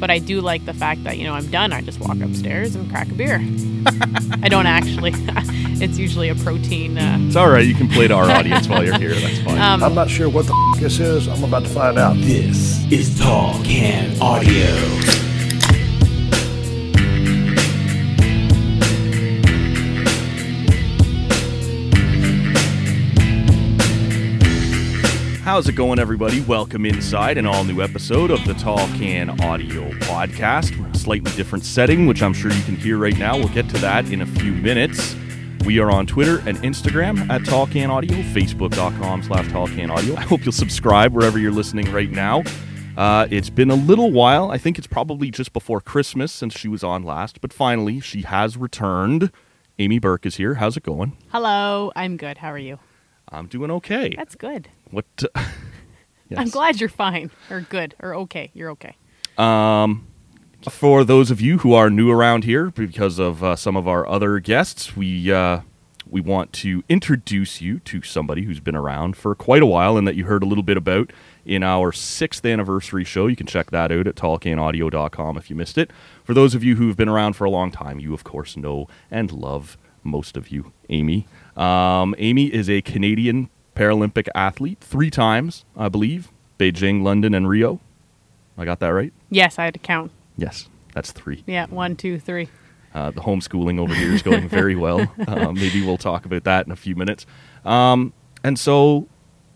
But I do like the fact that, you know, I'm done. I just walk upstairs and crack a beer. I don't actually. it's usually a protein. Uh, It's all right. You can play to our audience while you're here. That's fine. Um, I'm not sure what the f- this is. I'm about to find out. This is Tall Can Audio. How's it going, everybody? Welcome inside an all new episode of the Tall Can Audio Podcast. We're in a slightly different setting, which I'm sure you can hear right now. We'll get to that in a few minutes. We are on Twitter and Instagram at Tall Can Audio, Facebook.com slash Tall Can Audio. I hope you'll subscribe wherever you're listening right now. Uh, it's been a little while. I think it's probably just before Christmas since she was on last, but finally she has returned. Amy Burke is here. How's it going? hello, I'm good. How are you? I'm doing okay. That's good. What? yes. I'm glad you're fine or good or okay. You're okay. For those of you who are new around here, because of uh, some of our other guests, we uh, we want to introduce you to somebody who's been around for quite a while and that you heard a little bit about in our sixth anniversary show. You can check that out at tallcanaudio.com if you missed it. For those of you who've been around for a long time, you of course know and love most of you, Amy. Um, Amy is a Canadian Paralympic athlete three times, I believe, Beijing, London, and Rio. I got that right? Yes, I had to count. Yes, that's three. Yeah, one, two, three. Uh, the homeschooling over here is going very well. Uh, maybe we'll talk about that in a few minutes. Um, and so,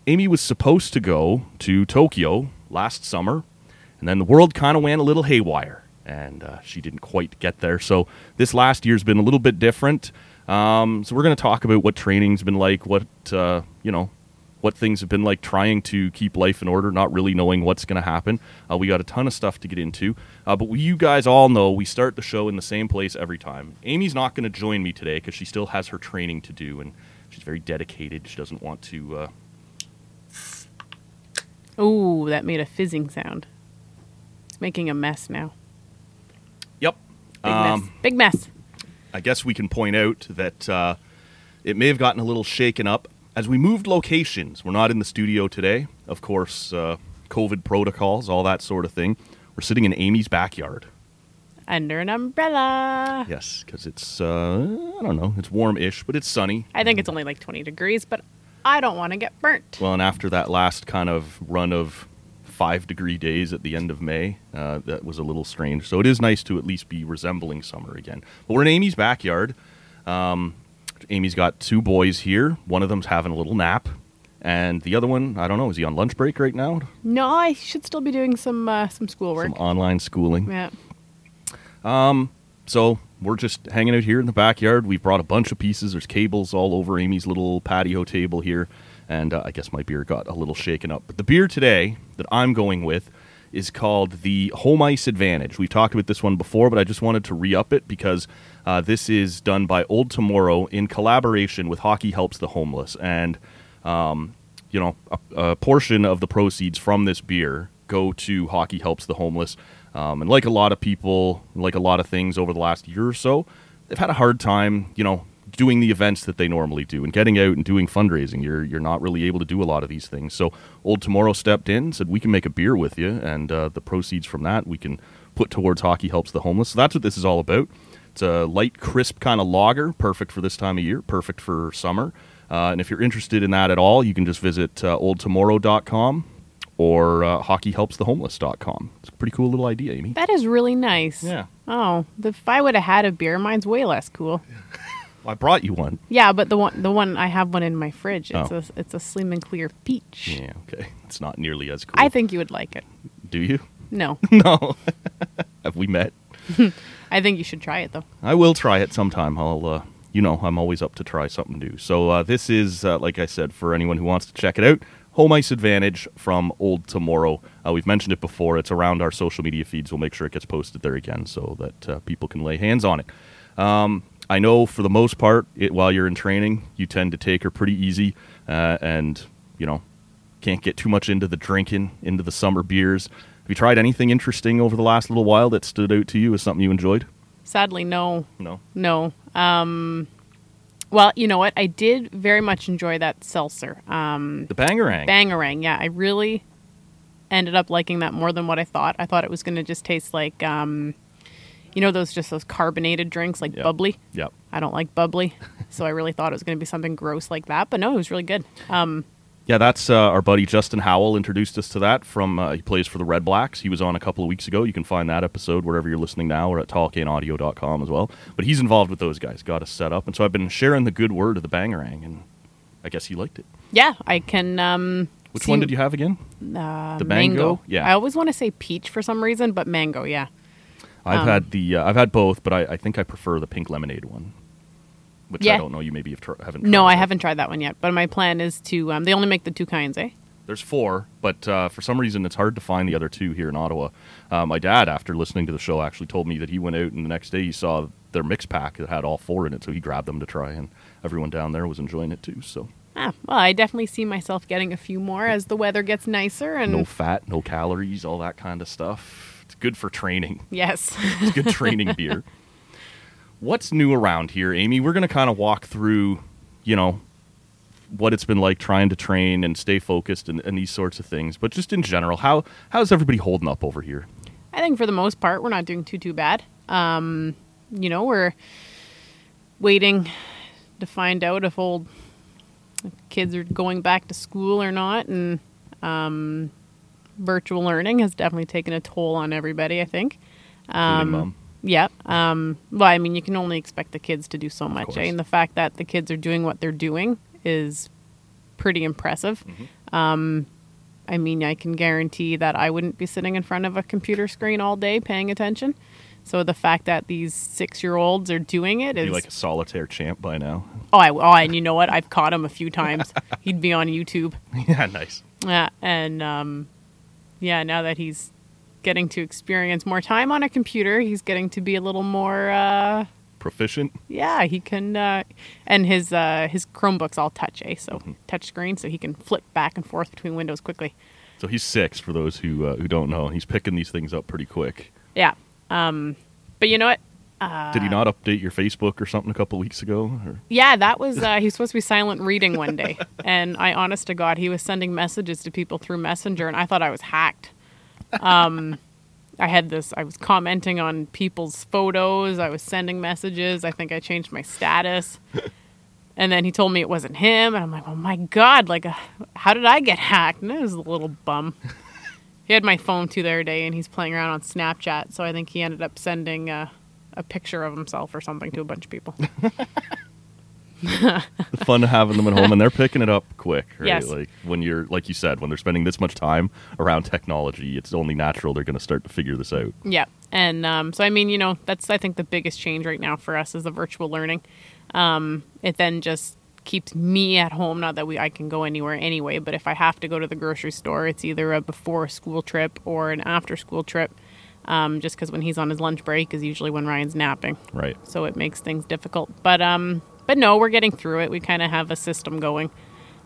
Amy was supposed to go to Tokyo last summer, and then the world kind of went a little haywire, and uh, she didn't quite get there. So, this last year's been a little bit different. Um, so, we're going to talk about what training's been like, what, uh, you know, what things have been like trying to keep life in order, not really knowing what's going to happen. Uh, we got a ton of stuff to get into, uh, but you guys all know we start the show in the same place every time. Amy's not going to join me today because she still has her training to do, and she's very dedicated. She doesn't want to. Uh, Ooh, that made a fizzing sound. It's making a mess now. yep, Big Um, mess. Big mess. I guess we can point out that uh, it may have gotten a little shaken up as we moved locations. We're not in the studio today, of course. Uh, COVID protocols, all that sort of thing. We're sitting in Amy's backyard. Under an umbrella. Yes, because it's uh, I don't know, it's warm-ish, but it's sunny. I think it's only like 20 degrees, but I don't want to get burnt. Well, and after that last kind of run of five-degree days at the end of May, uh, that was a little strange. So it is nice to at least be resembling summer again. But we're in Amy's backyard. Um, Amy's got two boys here. One of them's having a little nap, and the other one, I don't know, is he on lunch break right now? No, I should still be doing some uh, some schoolwork. Some online schooling. yeah. So we're just hanging out here in the backyard. We've brought a bunch of pieces. There's cables all over Amy's little patio table here. And uh, I guess my beer got a little shaken up. But the beer today that I'm going with is called the Home Ice Advantage. We've talked about this one before, but I just wanted to re up it because uh, this is done by Old Tomorrow in collaboration with Hockey Helps the Homeless. And you know, a, a portion of the proceeds from this beer go to Hockey Helps the Homeless. Um, and like a lot of people, like a lot of things over the last year or so, they've had a hard time, you know, doing the events that they normally do and getting out and doing fundraising. You're you're not really able to do a lot of these things. So Old Tomorrow stepped in, said we can make a beer with you, and uh, the proceeds from that we can put towards Hockey Helps the Homeless. So that's what this is all about. It's a light, crisp kind of lager, perfect for this time of year, perfect for summer. Uh, and if you're interested in that at all, you can just visit uh, oldtomorrow.com or uh, hockeyhelpsthehomeless.com. It's a pretty cool little idea, Amy. That is really nice. Yeah. Oh, the, if I would have had a beer, mine's way less cool. I brought you one. Yeah, but the one, the one I have one in my fridge. It's Oh. a, it's a slim and clear peach. Yeah, okay. It's not nearly as cool. I think you would like it. Do you? No, No. Have we met? I think you should try it though. I will try it sometime. I'll, uh, you know, I'm always up to try something new. So uh, this is, uh, like I said, for anyone who wants to check it out, Home Ice Advantage from Old Tomorrow. Uh, we've mentioned it before. It's around our social media feeds. We'll make sure it gets posted there again so that uh, people can lay hands on it. Um, I know for the most part, it, while you're in training, you tend to take her pretty easy, uh, and you know, can't get too much into the drinking, into the summer beers. Have you tried anything interesting over the last little while that stood out to you as something you enjoyed? Sadly, no, No. no. Um, well, you know what? I did very much enjoy that seltzer. Uh, The bangerang. Bangarang. Yeah, I really ended up liking that more than what I thought. I thought it was going to just taste like, um, you know, those just those carbonated drinks like Yeah. bubbly. Yep. I don't like bubbly, so I really thought it was going to be something gross like that. But no, it was really good. Um, Yeah, that's uh, our buddy Justin Howell introduced us to that. From uh, he plays for the Red Blacks. He was on a couple of weeks ago. You can find that episode wherever you're listening now, or at talkinaudio.com as well. But he's involved with those guys, got us set up, and so I've been sharing the good word of the bangerang, and I guess he liked it. yeah, I can. Um, Which see- one did you have again? Uh, The mango? Yeah. I always want to say peach for some reason, but mango. Yeah. I've um, had the uh, I've had both, but I, I think I prefer the pink lemonade one, which I Yeah. don't know. You maybe have tr- haven't. No, tried I yet. haven't tried that one yet. But my plan is to. Um, they only make the two kinds, eh? There's four, but uh, for some reason it's hard to find the other two here in Ottawa. Uh, my dad, after listening to the show, actually told me that he went out and the next day he saw their mix pack that had all four in it, so he grabbed them to try, and everyone down there was enjoying it too. So Ah, well, I definitely see myself getting a few more as the weather gets nicer and no fat, no calories, all that kind of stuff. It's good for training. yes, It's good training beer. What's new around here, Amy? We're going to kind of walk through, you know, what it's been like trying to train and stay focused and, and these sorts of things. But just in general, how how's everybody holding up over here? I think for the most part we're not doing too too bad. Um, you know, we're waiting to find out if old if kids are going back to school or not, and um, virtual learning has definitely taken a toll on everybody. I think. Um, mom? Yeah. Um, well, I mean, you can only expect the kids to do so much, eh? course. and the fact that the kids are doing what they're doing is pretty impressive. Um, Mm-hmm. I mean, I can guarantee that I wouldn't be sitting in front of a computer screen all day paying attention. So the fact that these six-year-olds are doing it is Be like a solitaire champ by now. oh, I, oh, and you know what? I've caught him a few times. He'd be on YouTube. yeah, nice. Yeah, and um, yeah, now that he's getting to experience more time on a computer, he's getting to be a little more. Uh, Proficient. yeah, he can, uh, and his uh, his Chromebook's all touch, eh? So touch screen, so he can flip back and forth between windows quickly. So he's six for those who uh, who don't know, and he's picking these things up pretty quick. Yeah, um, but you know what? Did Uh, he not update your Facebook or something a couple weeks ago? Or? Yeah, that was uh, he was supposed to be silent reading one day, and I, honest to God, he was sending messages to people through Messenger, and I thought I was hacked. Um, I had this. I was commenting on people's photos. I was sending messages. I think I changed my status, and then he told me it wasn't him, and I'm like, oh my God, like, uh, how did I get hacked? And it was a little bum. He had my phone too the other day, and he's playing around on Snapchat, so I think he ended up sending. Uh, a picture of himself or something to a bunch of people. It's fun having them at home, and they're picking it up quick. Right? Yes. Like when you're, like you said, when they're spending this much time around technology, it's only natural they're going to start to figure this out. Yeah. And um, so, I mean, you know, that's, I think, the biggest change right now for us is the virtual learning. Um, it then just keeps me at home. Not that we, I can go anywhere anyway, but if I have to go to the grocery store, it's either a before school trip or an after school trip. Um, just because when he's on his lunch break is usually when Ryan's napping. Right. So it makes things difficult. But, um, but no, we're getting through it. We kind of have a system going.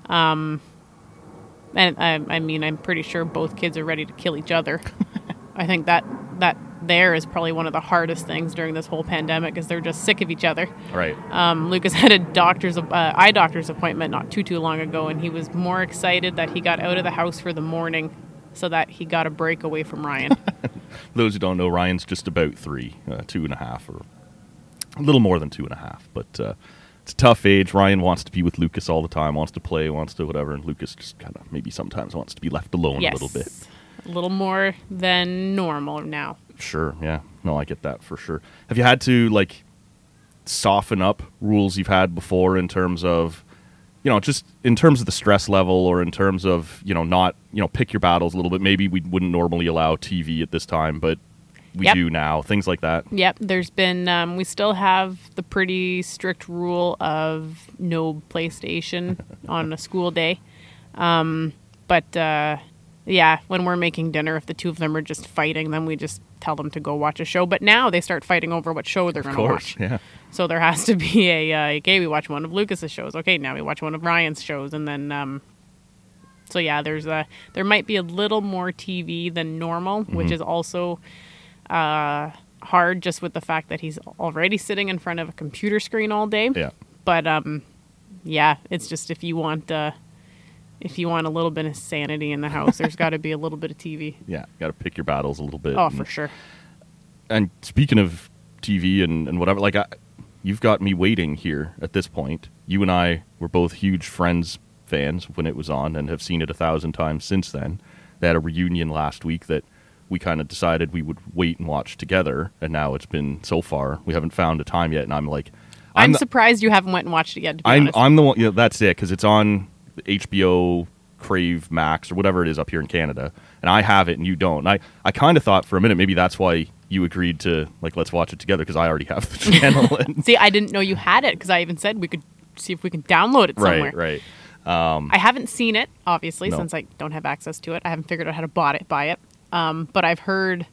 Um, and I, I mean, I'm pretty sure both kids are ready to kill each other. I think that that there is probably one of the hardest things during this whole pandemic is they're just sick of each other. Right. Um, Lucas had a doctor's uh, eye doctor's appointment not too too long ago, and he was more excited that he got out of the house for the morning so that he got a break away from Ryan. those who don't know, Ryan's just about three, uh, two and a half, or a little more than two and a half. But uh, It's a tough age. Ryan wants to be with Lucas all the time, wants to play, wants to whatever, and Lucas just kind of maybe sometimes wants to be left alone yes. a little bit. A little more than normal now. Sure, yeah. No, I get that for sure. Have you had to like soften up rules you've had before in terms of you know, just in terms of the stress level or in terms of, you know, not, you know, pick your battles a little bit. Maybe we wouldn't normally allow TV at this time, but we Yep. do now. Things like that. Yep, there's been, um, we still have the pretty strict rule of no PlayStation on a school day. Um, but uh, yeah, when we're making dinner, if the two of them are just fighting, then we just tell them to go watch a show. But now they start fighting over what show they're Of going to course. watch. Yeah. So there has to be a, uh, okay, we watch one of Lucas's shows. Okay, now we watch one of Ryan's shows. And then, um, so yeah, there's a, there might be a little more TV than normal, which Mm-hmm. is also uh, hard just with the fact that he's already sitting in front of a computer screen all day. Yeah. But, um, yeah, it's just if you want, uh, if you want a little bit of sanity in the house, there's got to be a little bit of TV. Yeah. Got to pick your battles a little bit. Oh, and- for sure. and speaking of TV and, and whatever, like I, you've got me waiting here at this point. You and I were both huge Friends fans when it was on and have seen it a thousand times since then. They had a reunion last week that we kind of decided we would wait and watch together, and now it's been so far we haven't found a time yet, and I'm like, I'm, the- surprised you haven't went and watched it yet. To be I'm honest. I'm the one. Yeah, that's it because it's on HBO, Crave, Max, or whatever it is up here in Canada, and I have it and you don't. And I I kind of thought for a minute maybe that's why you agreed to like let's watch it together because I already have the channel. and, See, I didn't know you had it because I even said we could see if we can download it somewhere. right, right. I haven't seen it, obviously, No. since I don't have access to it. I haven't figured out how to bought it, buy it. Um, but I've heard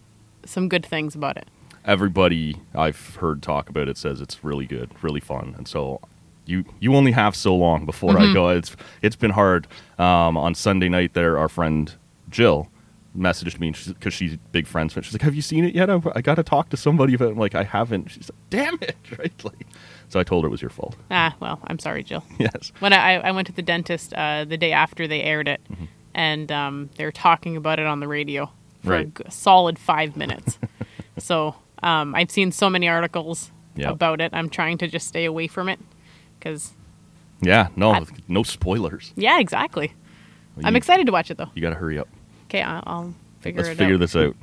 some good things about it. Everybody I've heard talk about it says it's really good, really fun, and so. You, you only have so long before Mm-hmm. I go. It's it's been hard. Um, on Sunday night, there our friend Jill messaged me because she's big friends. with- She's like, "Have you seen it yet? I, I got to talk to somebody about." It. I'm like, "I haven't." She's like, "Damn it!" Right? Like, so I told her it was your fault. Ah, well, I'm sorry, Jill. Yes. When I, I went to the dentist uh, the day after they aired it, Mm-hmm. and um, they were talking about it on the radio for a Right. g- solid five minutes. so um, I've seen so many articles Yeah. about it. I'm trying to just stay away from it because, Yeah. No. I- no spoilers. yeah, exactly. I'm You- excited to watch it though. You got to hurry up. Okay, I'll, I'll figure Let's it figure out. this out.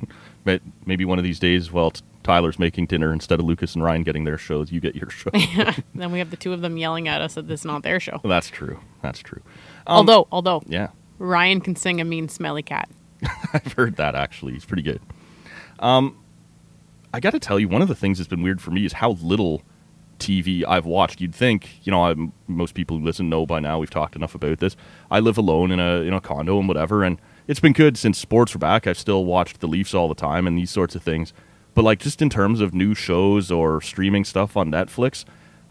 But maybe one of these days, while t- Tyler's making dinner, instead of Lucas and Ryan getting their shows, you get your show. well, Then we have the two of them yelling at us that this is not their show. that's true. That's true. although, although Um, Yeah. Ryan can sing a mean smelly cat. I've heard that actually. He's pretty good. Um, I got to tell you, one of the things that's been weird for me is how little TV I've watched. You'd think, you know, I'm, most people who listen know by now. We've talked enough about this. I live alone in a in a condo and whatever, and it's been good since sports were back. I've still watched the Leafs all the time and these sorts of things. But like, just in terms of new shows or streaming stuff on Netflix,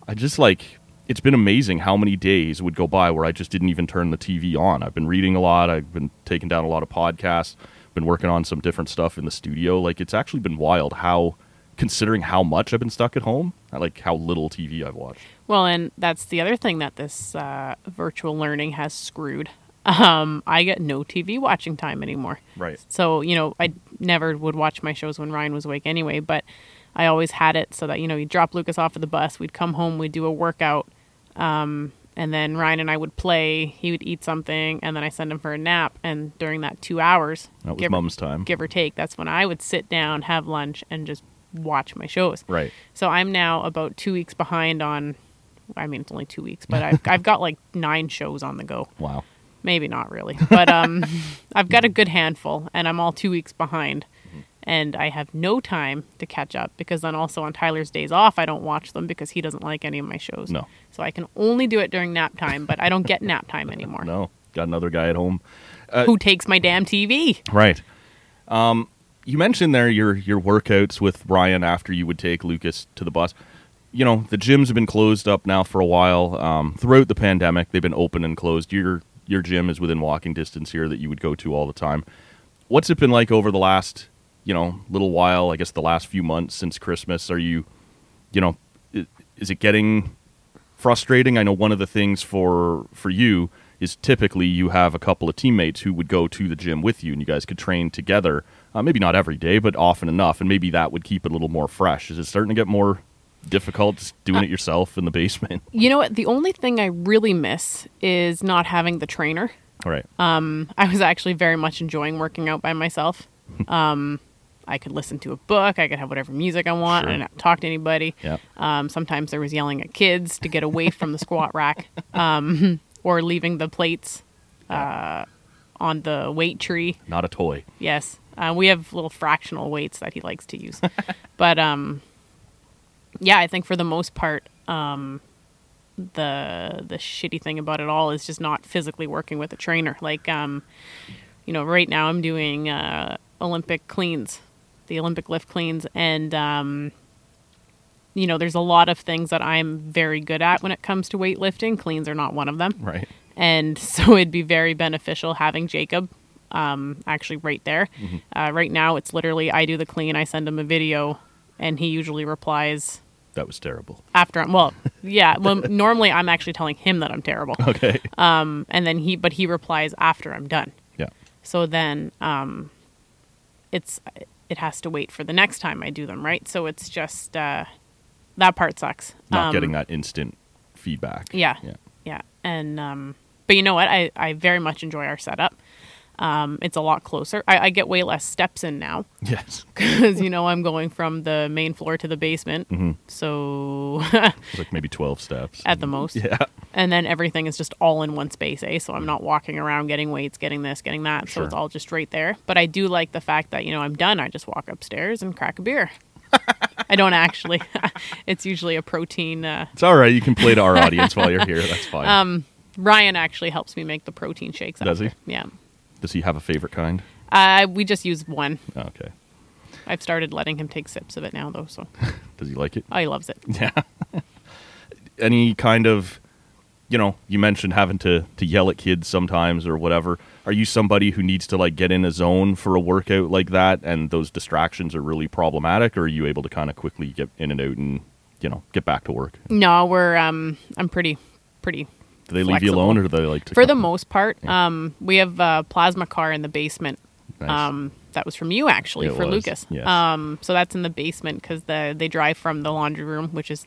I just like it's been amazing how many days would go by where I just didn't even turn the TV on. I've been reading a lot, I've been taking down a lot of podcasts, been working on some different stuff in the studio. Like it's actually been wild how considering how much I've been stuck at home, I like how little TV I've watched. Well, and that's the other thing that this uh, virtual learning has screwed. Um, I get no TV watching time anymore. Right. So, you know, I never would watch my shows when Ryan was awake anyway, but I always had it so that, you know, you'd drop Lucas off at the bus, we'd come home, we'd do a workout, um, and then Ryan and I would play, he would eat something, and then I send him for a nap. And during that two hours, That was give- mum's time. give or take, that's when I would sit down, have lunch, and just watch my shows. Right. So I'm now about two weeks behind on. I mean, it's only two weeks, but I've I've got like nine shows on the go. Wow. Maybe not really, but um, I've got a good handful, and I'm all two weeks behind, Mm-hmm. and I have no time to catch up because then also on Tyler's days off, I don't watch them because he doesn't like any of my shows. No. So I can only do it during nap time, but I don't get nap time anymore. No. Uh, Got another guy at home. Who takes my damn TV? Right. Um, you mentioned there your your workouts with Ryan after you would take Lucas to the bus. You know the gyms have been closed up now for a while. Um, throughout the pandemic, they've been open and closed. Your your gym is within walking distance here that you would go to all the time. What's it been like over the last you know little while? I guess the last few months since Christmas. Are you you know i- is it getting frustrating. I know one of the things for for you is typically you have a couple of teammates who would go to the gym with you, and you guys could train together. Uh, maybe not every day, but often enough, and maybe that would keep it a little more fresh. Is it starting to get more difficult just doing Uh, it yourself in the basement. You know what? The only thing I really miss is not having the trainer. All right. uh, I was actually very much enjoying working out by myself. um, I could listen to a book. I could have whatever music I want. Sure. I didn't talk to anybody. yeah. Um, sometimes there was yelling at kids to get away from the squat rack um, or leaving the plates uh, on the weight tree. Not a toy. Yes. Uh, we have little fractional weights that he likes to use. but um, yeah, I think for the most part, um, the the shitty thing about it all is just not physically working with a trainer. Like, um, you know, right now I'm doing uh, Olympic cleans, the Olympic lift cleans, and um, you know, there's a lot of things that I'm very good at when it comes to weightlifting. Cleans are not one of them Right. and so it'd be very beneficial having Jacob um, actually right there. Uh, right now, it's literally I do the clean, I send him a video, and he usually replies That was terrible. after. I'm, well, yeah. Well, normally I'm actually telling him that I'm terrible, Okay. Uh, and then he, but he replies after I'm done. yeah. So then, um, it's it has to wait for the next time I do them, right? So it's just uh, that part sucks. Not Um, getting that instant feedback. Yeah. Yeah. Yeah. And um but you know what? I, I very much enjoy our setup. Um it's a lot closer. I, I get way less steps in now Yes. because you know I'm going from the main floor to the basement. Mm-hmm. So It's like maybe 12 steps. at the most. yeah. And then everything is just all in one space, eh? So I'm not walking around getting weights, getting this, getting that. So Sure. it's all just right there. But I do like the fact that, you know, I'm done. I just walk upstairs and crack a beer. I don't actually. it's usually a protein uh, It's all right. You can play to our audience while you're here. That's fine. Um, Ryan actually helps me make the protein shakes. Does after. he? Yeah. Does he have a favorite kind? Uh, we just use one. Okay. I've started letting him take sips of it now, though, so Does he like it? oh, he loves it. Yeah. Any kind of, you know, you mentioned having to to yell at kids sometimes or whatever. Are you somebody who needs to like get in a zone for a workout like that, and those distractions are really problematic, or are you able to kind of quickly get in and out and you know get back to work? No, we're um, I'm pretty, pretty. Do they leave you Flexible. alone, or do they like to? For the come- most part, um, we have a plasma car in the basement. Nice. Um, that was from you actually It for was, Lucas. yes. Um, so that's in the basement because the they drive from the laundry room, which is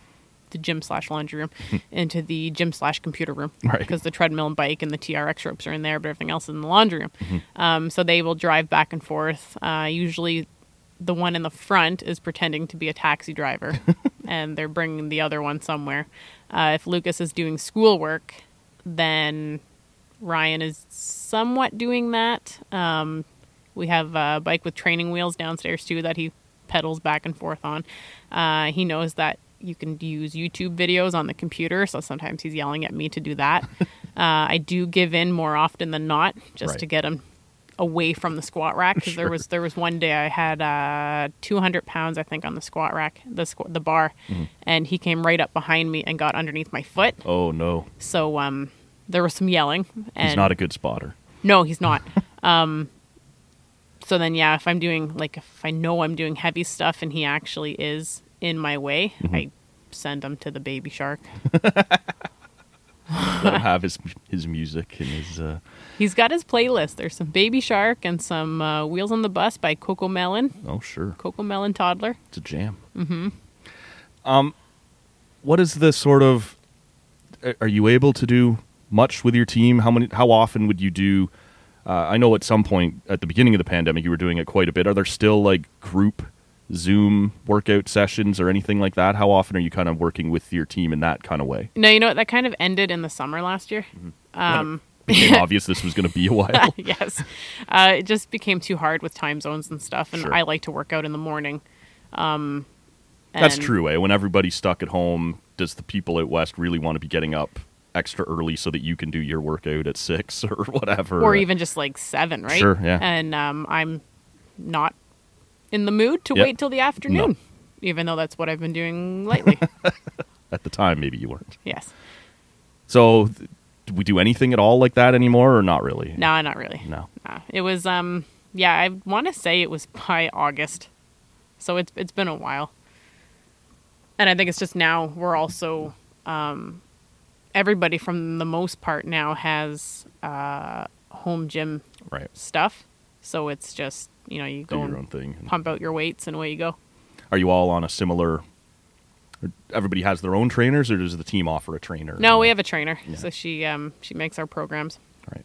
the gym slash laundry room, into the gym slash computer room Right. because the treadmill and bike and the TRX ropes are in there, but everything else is in the laundry room. Um, so they will drive back and forth. Uh, usually, the one in the front is pretending to be a taxi driver, and they're bringing the other one somewhere. Uh, if Lucas is doing schoolwork, then Ryan is somewhat doing that. Um, we have a bike with training wheels downstairs too that he pedals back and forth on. Uh, he knows that you can use YouTube videos on the computer, so sometimes he's yelling at me to do that. uh, I do give in more often than not, just to Right. get him away from the squat rack because there was there was one day I had uh, 200 pounds I think on the squat rack, the squ- the bar, and he came right up behind me and got underneath my foot. Mm-hmm. Oh no, So um, there was some yelling. And he's not a good spotter. no, he's not. um, so then, yeah, if I'm doing like if I know I'm doing heavy stuff and he actually is in my way, Mm-hmm. I send him to the baby shark. Let him have his his music and his. Uh, he's got his playlist. There's some baby shark and some uh, Wheels on the Bus by Coco Melon, oh sure. Coco Melon toddler. It's a jam. Mm-hmm. Um, what is the sort of? a- Are you able to do much with your team? How many? How often would you do? Uh, I know at some point at the beginning of the pandemic, you were doing it quite a bit. Are there still like group Zoom workout sessions or anything like that? How often are you kind of working with your team in that kind of way? No, you know what? That kind of ended in the summer last year. Mm-hmm. Um, Became obvious this was going to be a while. yes. Uh, it just became too hard with time zones and stuff. And Sure. I like to work out in the morning. Um, That's and- true, eh? When everybody's stuck at home, does the people out west really want to be getting up extra early so that you can do your workout at six or whatever? or even just like seven, right? Sure, yeah. And um, I'm not in the mood to Yep. wait till the afternoon, even though that's what I've been doing lately. at the time maybe you weren't yes. so th- do we do anything at all like that anymore or not really No, not really. no Nah. It was um, yeah. I want to say it was by August, so it's it's been a while. And I think it's just now we're also um, everybody from the most part now has uh, home gym right stuff, so it's just you know you do go your own and thing pump out your weights and away you go. are you all on a similar Or everybody has their own trainers, or does the team offer a trainer? No, we have a trainer, so she um she makes our programs, All right.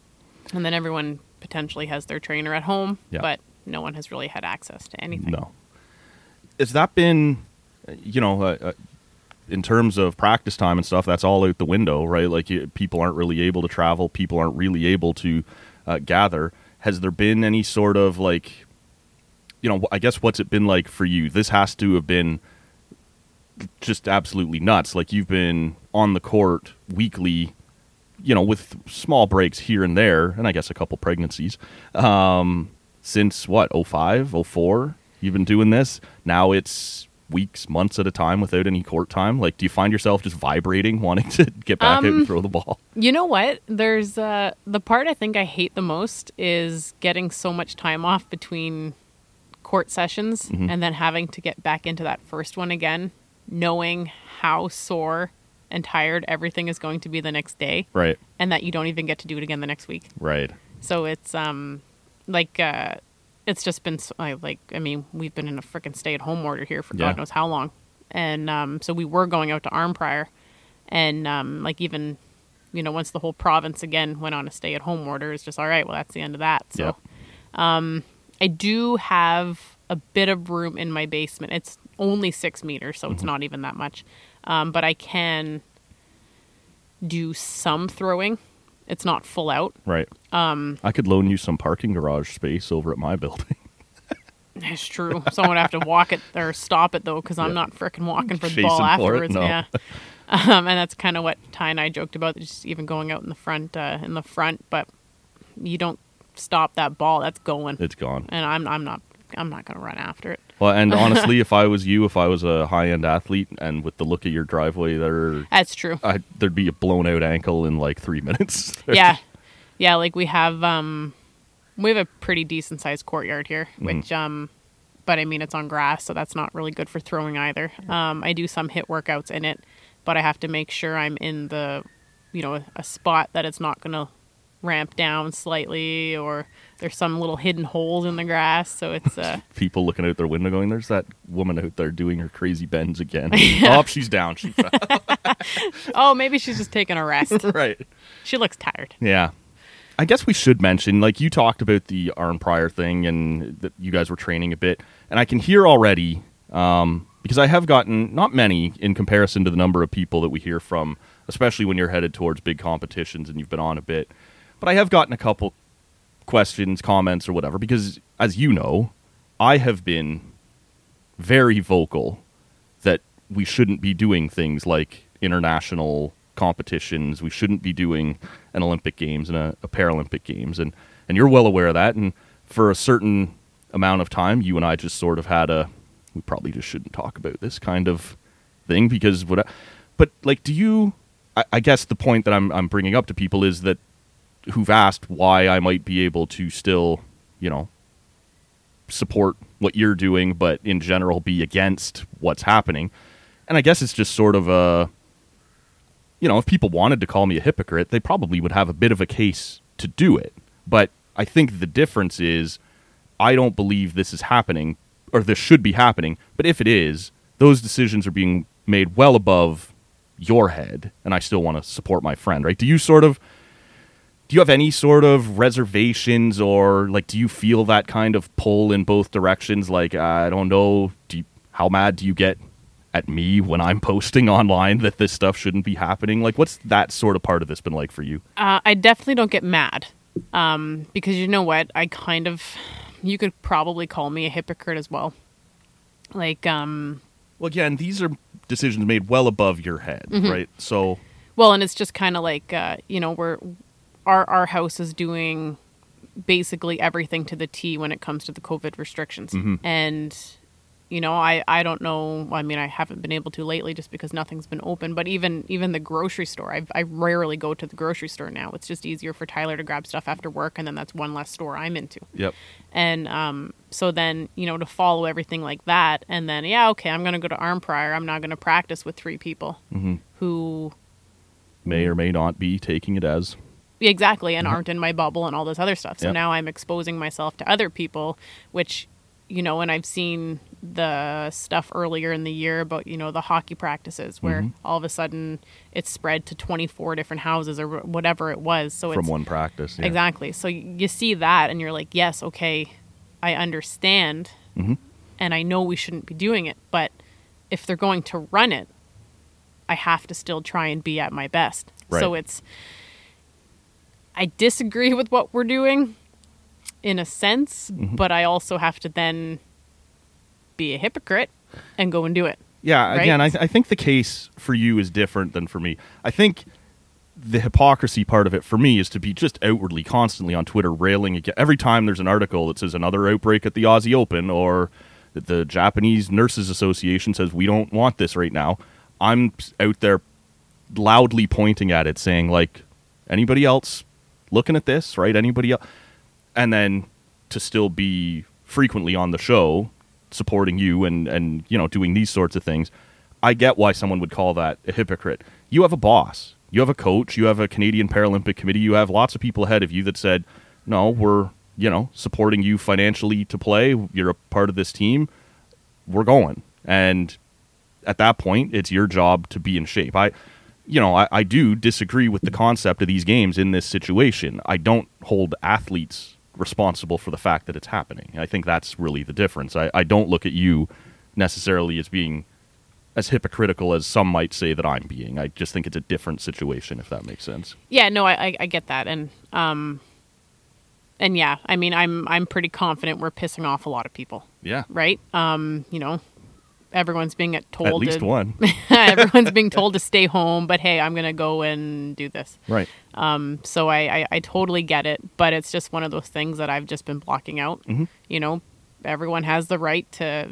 and then everyone potentially has their trainer at home, Yeah. but no one has really had access to anything. No. Has that been, uh, you know, uh, uh, in terms of practice time and stuff, that's all out the window, right? Like you, people aren't really able to travel, people aren't really able to uh, gather. Has there been any sort of like, you know, I guess what's it been like for you? This has to have been just absolutely nuts. Like you've been on the court weekly, you know, with small breaks here and there, and I guess a couple pregnancies since what 05 04 you've been doing this now it's weeks months at a time without any court time like do you find yourself just vibrating wanting to get back out and throw the ball You know what? There's uh, the part I think I hate the most is getting so much time off between court sessions Mm-hmm. and then having to get back into that first one again, knowing how sore and tired everything is going to be the next day, right and that you don't even get to do it again the next week. right So it's um like uh it's just been s- I, like I mean we've been in a freaking stay at home order here for Yeah. God knows how long, and um so we were going out to Arm Prior, and um like even you know once the whole province again went on a stay at home order, it's just all right. Well, that's the end of that. So um, yeah I do have a bit of room in my basement. It's only six meters, so it's not even that much. Um, but I can do some throwing. It's not full out. right um i could loan you some parking garage space over at my building That's true. Someone would have to walk it or stop it though, because I'm Yeah. not freaking walking for the Chasing ball for it? afterwards. No. Yeah, um, and that's kind of what Ty and I joked about. Just even going out in the front, uh, in the front, but you don't stop that ball. That's going, it's gone and I'm I'm not I'm not gonna run after it. well and honestly if i was you if i was a high-end athlete and with the look of your driveway there That's true. I, there'd be a blown out ankle in like three minutes yeah, yeah. Like we have um, we have a pretty decent sized courtyard here, which um, but I mean it's on grass, so that's not really good for throwing either. Um, I do some hit workouts in it, but I have to make sure I'm in the, you know, a spot that it's not gonna ramp down slightly or there's some little hidden holes in the grass so it's uh people looking out their window going, there's that woman out there doing her crazy bends again. Oh, she's down. She's down. oh maybe she's just taking a rest right. she looks tired Yeah. I guess we should mention, like you talked about the Arn Pryor thing and that you guys were training a bit. And I can hear already, um, because I have gotten not many in comparison to the number of people that we hear from, especially when you're headed towards big competitions and you've been on a bit. But I have gotten a couple questions, comments, or whatever, because as you know, I have been very vocal that we shouldn't be doing things like international competitions. We shouldn't be doing an Olympic Games and a, a Paralympic Games, and and you're well aware of that. And for a certain amount of time, you and I just sort of had a we probably just shouldn't talk about this kind of thing because what. I- but like, do you? I, I guess the point that I'm I'm bringing up to people is that who've asked why I might be able to still, you know, support what you're doing, but in general be against what's happening. And I guess it's just sort of a, you know, if people wanted to call me a hypocrite, they probably would have a bit of a case to do it. But I think the difference is I don't believe this is happening or this should be happening. But if it is, those decisions are being made well above your head. And I still want to support my friend, right? Do you sort of do you have any sort of reservations or like do you feel that kind of pull in both directions like i don't know do you, how mad do you get at me when i'm posting online that this stuff shouldn't be happening like what's that sort of part of this been like for you Uh, I definitely don't get mad um, because you know what? I kind of, you could probably call me a hypocrite as well. Like, um, well again these are decisions made well above your head right so well, and it's just kind of like, uh, you know, we're, our, our house is doing basically everything to the T when it comes to the COVID restrictions. And, you know, I, I don't know. I mean, I haven't been able to lately just because nothing's been open, but even, even the grocery store, I've, I rarely go to the grocery store now. It's just easier for Tyler to grab stuff after work. And then that's one less store I'm into. yep and um, so then you know to follow everything like that and then yeah okay i'm going to go to arm prior i'm not going to practice with three people who may or may not be taking it as exactly and aren't in my bubble and all this other stuff so Yeah. now i'm exposing myself to other people which you know, and I've seen the stuff earlier in the year about, you know, the hockey practices where all of a sudden it's spread to 24 different houses or wh- whatever it was. So from it's one practice. yeah. exactly. So y- you see that and you're like, yes, okay, I understand. Mm-hmm. And I know we shouldn't be doing it, but if they're going to run it, I have to still try and be at my best. So Right. it's, I disagree with what we're doing in a sense, Mm-hmm. but I also have to then be a hypocrite and go and do it. Yeah, right? again, I, I think the case for you is different than for me. I think the hypocrisy part of it for me is to be just outwardly constantly on Twitter railing against every time there's an article that says another outbreak at the Aussie Open or that the Japanese Nurses Association says we don't want this right now. I'm s- out there loudly pointing at it, saying like, anybody else looking at this, right? Anybody else? And then to still be frequently on the show, supporting you and and you know doing these sorts of things, I get why someone would call that a hypocrite. You have a boss, you have a coach, you have a Canadian Paralympic Committee, you have lots of people ahead of you that said, no, we're you know supporting you financially to play. You're a part of this team. We're going and at that point, it's your job to be in shape. I, you know, I, I do disagree with the concept of these games in this situation. I don't hold athletes responsible for the fact that it's happening. I think that's really the difference. I, I don't look at you necessarily as being as hypocritical as some might say that I'm being. I just think it's a different situation, if that makes sense. Yeah, no, I, I, I get that, and um, and yeah, I mean, I'm I'm pretty confident we're pissing off a lot of people, Yeah. right? Um, you know, everyone's being told At least to, one. everyone's being told to stay home, but hey, I'm gonna go and do this. right. So I, I I totally get it, but it's just one of those things that I've just been blocking out. Mm-hmm. You know, everyone has the right to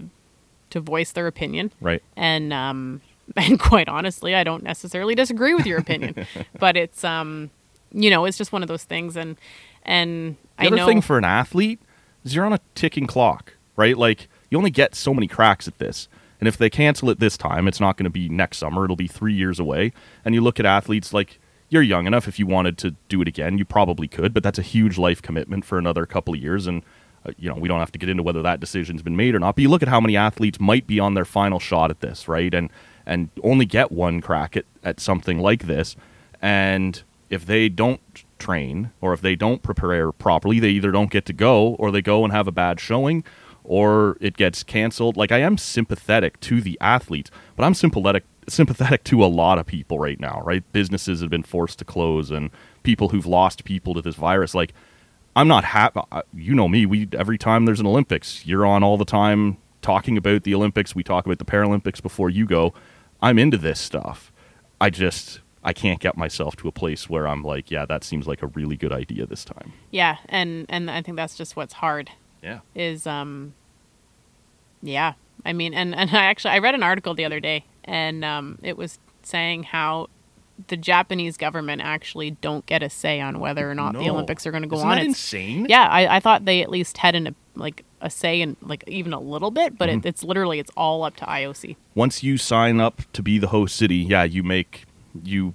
to voice their opinion, Right. and um and quite honestly i don't necessarily disagree with your opinion but it's um you know it's just one of those things and and The i other know thing for an athlete is you're on a ticking clock, right? Like you only get so many cracks at this. And if they cancel it this time, it's not going to be next summer. It'll be three years away. And you look at athletes like you're young enough. If you wanted to do it again, you probably could. But that's a huge life commitment for another couple of years. And uh, you know we don't have to get into whether that decision's been made or not. But you look at how many athletes might be on their final shot at this, right? And and only get one crack at, at something like this. And if they don't train or if they don't prepare properly, they either don't get to go or they go and have a bad showing or it gets canceled. Like I am sympathetic to the athletes, but I'm sympathetic sympathetic to a lot of people right now, right? Businesses have been forced to close and people who've lost people to this virus like I'm not happy. You know me. We every time there's an Olympics, you're on all the time talking about the Olympics. We talk about the Paralympics before you go. I'm into this stuff. I just I can't get myself to a place where I'm like, yeah, that seems like a really good idea this time. yeah and and i think that's just what's hard Yeah. is um yeah i mean and and i actually i read an article the other day and um it was saying how the japanese government actually don't get a say on whether or not the olympics are going to go on It's- insane. yeah I, I thought they at least had an like a say in like even a little bit but Mm-hmm. it, it's literally it's all up to ioc Once you sign up to be the host city, yeah, you make you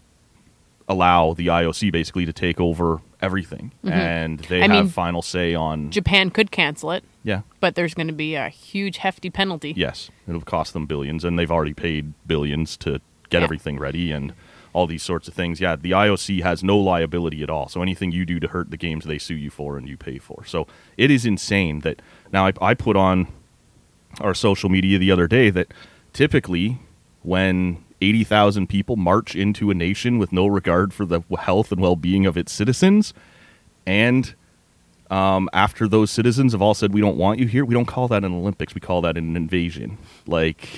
allow the IOC basically to take over everything, and they Mm-hmm. I have mean, final say on. japan could cancel it yeah. but there's going to be a huge hefty penalty Yes, it'll cost them billions, and they've already paid billions to get Yeah. everything ready and all these sorts of things. Yeah, the IOC has no liability at all. So anything you do to hurt the games, they sue you for and you pay for. So it is insane that now I, I put on our social media the other day that typically when 80,000 people march into a nation with no regard for the health and well being of its citizens, and um, after those citizens have all said we don't want you here, we don't call that an Olympics. We call that an invasion. Like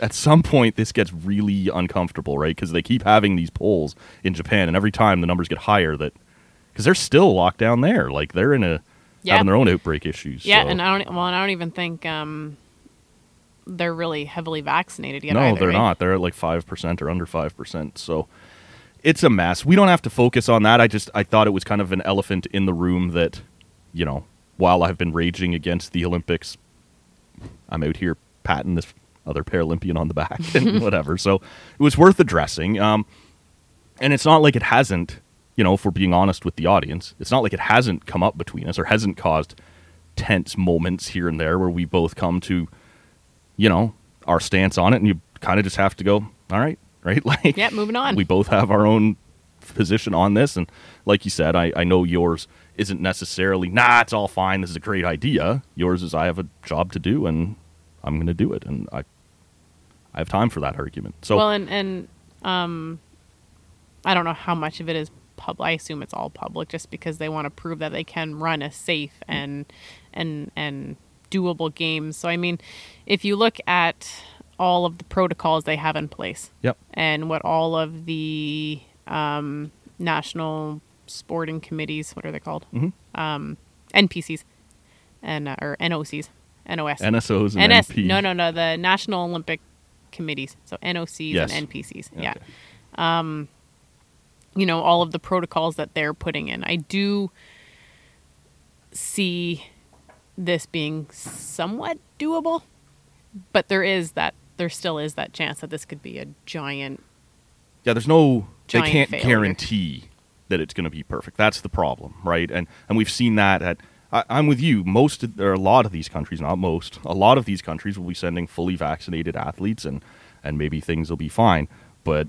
at some point, this gets really uncomfortable, right? Because they keep having these polls in Japan, and every time the numbers get higher. That because they're still locked down there, like they're in a Yeah. having their own outbreak issues. yeah so- and i don't well and i don't even think um they're really heavily vaccinated yet no, either, they're right? not. They're at like five percent or under five percent. So it's a mess. We don't have to focus on that. I just I thought it was kind of an elephant in the room that you know while I've been raging against the Olympics, I'm out here patting this other Paralympian on the back and whatever. So it was worth addressing. Um, and it's not like it hasn't. You know, if we're being honest with the audience, it's not like it hasn't come up between us or hasn't caused tense moments here and there where we both come to, you know, our stance on it, and you kind of just have to go, all right, right? Like, Yep, moving on. We both have our own position on this, and like you said, I, I know yours isn't necessarily nah, it's all fine. This is a great idea. Yours is I have a job to do, and I'm going to do it, and I. I have time for that argument. So well, and and um, I don't know how much of it is public. I assume it's all public, just because they want to prove that they can run a safe and and and doable game. So I mean, if you look at all of the protocols they have in place Yep. and what all of the um, national sporting committees, what are they called? Mm-hmm. Um, NPCs and uh, or NOCs, NOS, NSOs and NS. NPs. No, no, no. The National Olympic Committees. So NOCs Yes. and NPCs. Yeah. Um, Okay. you know, all of the protocols that they're putting in. I do see this being somewhat doable, but there is that, there still is that chance that this could be a giant. Yeah, there's no. They Giant can't failure. guarantee that it's going to be perfect. That's the problem, right? And and we've seen that at. I, I'm with you. Most of- or a lot of these countries, not most, a lot of these countries will be sending fully vaccinated athletes, and and maybe things will be fine. But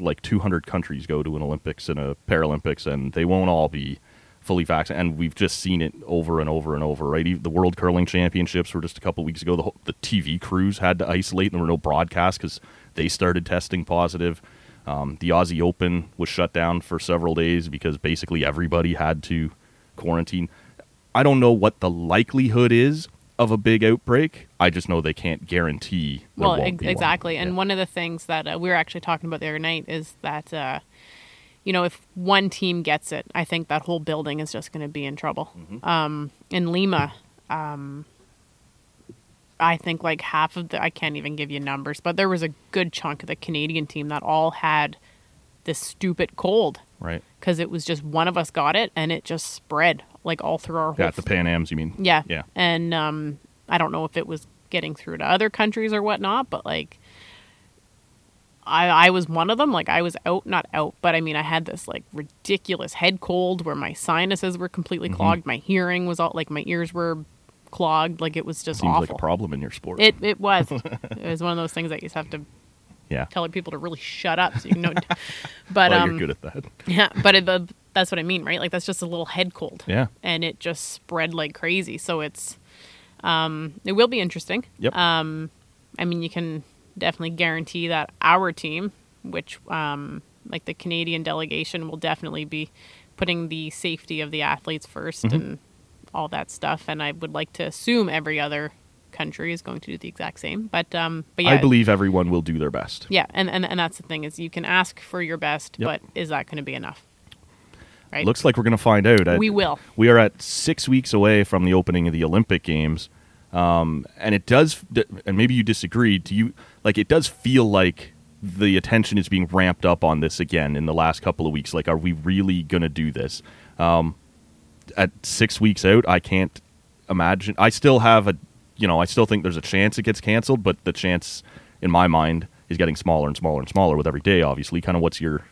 like 200 countries go to an Olympics and a Paralympics, and they won't all be fully vaccinated. And we've just seen it over and over and over, right? Even The World Curling Championships were just a couple weeks ago. The, whole- the TV crews had to isolate, and there were no broadcasts because they started testing positive. Um, the Aussie Open was shut down for several days because basically everybody had to quarantine. I don't know what the likelihood is of a big outbreak. I just know they can't guarantee. there Well, won't ex- be one. exactly. And Yeah. one of the things that uh, we were actually talking about the other night is that, uh, you know, if one team gets it, I think that whole building is just going to be in trouble. Mm-hmm. Um, in Lima, um, I think like half of the, I can't even give you numbers, but there was a good chunk of the Canadian team that all had this stupid cold right. because it was just one of us got it and it just spread like all through our whole Yeah, at the Pan Ams, you mean? yeah. Yeah. And um, I don't know if it was getting through to other countries or whatnot, but like, I I was one of them. Like I was out, not out, but I mean I had this like ridiculous head cold where my sinuses were completely Mm-hmm. clogged. My hearing was all like my ears were clogged. Like it was just Seems awful. like a problem in your sport. It it was. it was one of those things that you just have to yeah. tell people to really shut up so you can know. But well, um, Oh, you're good at that. yeah, but it, but that's what I mean, right? Like that's just a little head cold. Yeah. And it just spread like crazy. So it's um it will be interesting. Yep. um, I mean, you can definitely guarantee that our team, which um like the Canadian delegation will definitely be putting the safety of the athletes 1st Mm-hmm. and all that stuff and I would like to assume every other country is going to do the exact same. But um but yeah, I believe everyone will do their best. yeah, and, and and that's the thing is you can ask for your best, Yep. but is that going to be enough? Right? Looks like we're going to find out. I- We will. We are at six weeks away from the opening of the Olympic Games, um, and it does. And maybe you disagree. Do you like? It does feel like the attention is being ramped up on this again in the last couple of weeks. Like, are we really going to do this? Um, at six weeks out, I can't imagine. I still have a, you know, I still think there's a chance it gets canceled, but the chance in my mind is getting smaller and smaller and smaller with every day. Obviously, kind of what's your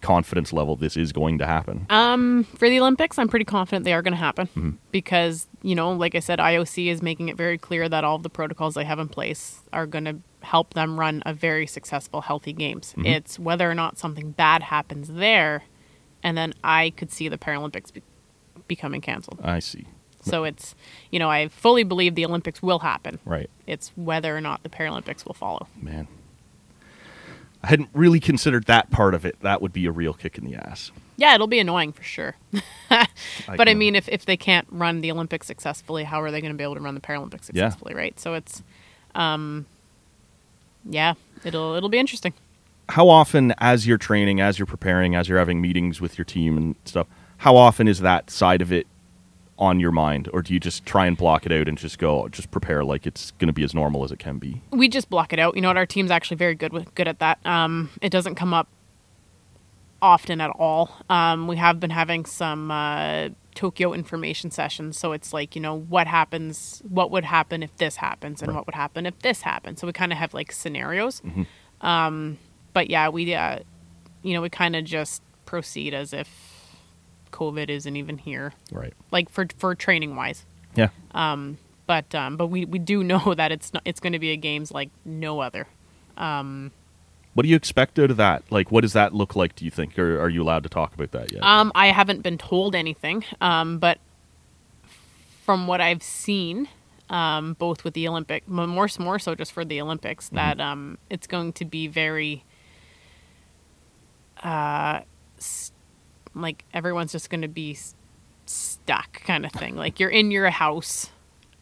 confidence level this is going to happen? for the Olympics, I'm pretty confident they are going to happen because, you know, like I said, IOC is making it very clear that all of the protocols they have in place are going to help them run a very successful, healthy games. It's whether or not something bad happens there, and then I could see the Paralympics be- becoming canceled. I see. So it's, you know, I fully believe the Olympics will happen. Right. It's whether or not the Paralympics will follow. Man. I hadn't really considered that part of it. That would be a real kick in the ass. Yeah, it'll be annoying for sure. I but I can- mean, if, if they can't run the Olympics successfully, how are they going to be able to run the Paralympics Yeah. successfully, right? So it's, um, yeah, it'll it'll be interesting. how often, as you're training, as you're preparing, as you're having meetings with your team and stuff, how often is that side of it on your mind? Or do you just try and block it out and just go, just prepare like it's going to be as normal as it can be? We just block it out. You know what? Our team's actually very good with good at that. Um, it doesn't come up often at all. Um, we have been having some uh, Tokyo information sessions, so it's like you know what happens, what would happen if this happens, and what would happen if this happens. So we kind of have like scenarios. Um, but yeah, we uh, you know we kind of just proceed as if COVID isn't even here, Right. like for for training wise. Yeah. But um, but we, we do know that it's not, it's going to be a games like no other. What do you expect out of that? Like, what does that look like? Do you think, or are you allowed to talk about that yet? Um, I haven't been told anything, um, but from what I've seen, um, both with the Olympic, m- more s- more so just for the Olympics, that um, it's going to be very, uh, s- like everyone's just going to be s- stuck, kind of thing. Like you're in your house,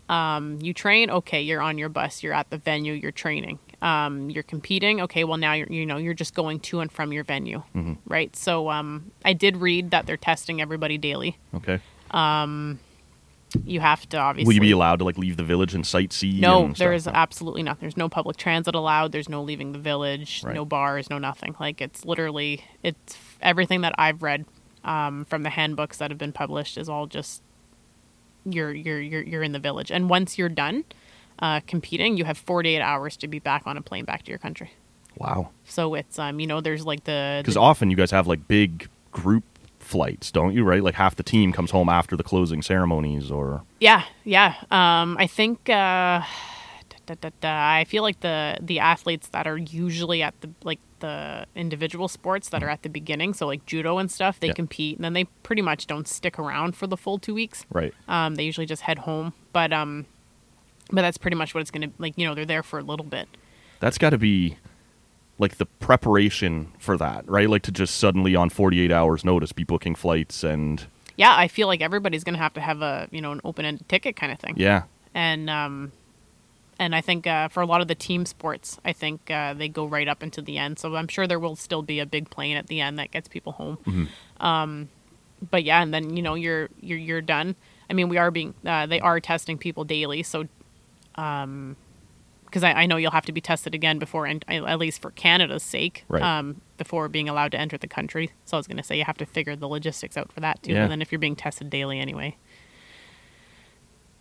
um, you train, okay, you're on your bus, you're at the venue, you're training. Um, you're competing, okay. Well, now you're you know you're just going to and from your venue, Mm-hmm. right? So um, I did read that they're testing everybody daily. okay. You have to obviously. Will you be allowed to like leave the village and sightsee? No, and there is stuff? absolutely not. There's no public transit allowed. There's no leaving the village. Right. No bars. No nothing. Like it's literally it's everything that I've read um, from the handbooks that have been published is all just you're you're you're you're in the village. And once you're done uh, competing, you have 48 hours to be back on a plane back to your country. Wow. So it's um you know there's like the, Because the- often you guys have like big group flights, don't you? Right? Like half the team comes home after the closing ceremonies, or yeah yeah um I think. Uh, da, da, da, I feel like the the athletes that are usually at the like the individual sports that are at the beginning, so like judo and stuff, they Yeah. compete and then they pretty much don't stick around for the full two weeks. right? Um, they usually just head home, but um, but that's pretty much what it's gonna like. You know, they're there for a little bit. That's got to be like the preparation for that, right? Like to just suddenly on 48 hours notice be booking flights and Yeah, I feel like everybody's gonna have to have a you know an open ended ticket kind of thing. yeah. and um, and I think uh, for a lot of the team sports, I think uh, they go right up into the end. So I'm sure there will still be a big plane at the end that gets people home. Um, Mm-hmm. but yeah, and then you know you're you're you're done. I mean, we are being uh, they are testing people daily, so because I, I know you'll have to be tested again before, and at least for Canada's sake, Right. um, before being allowed to enter the country. So I was going to say you have to figure the logistics out for that too. Yeah. And then if you're being tested daily anyway,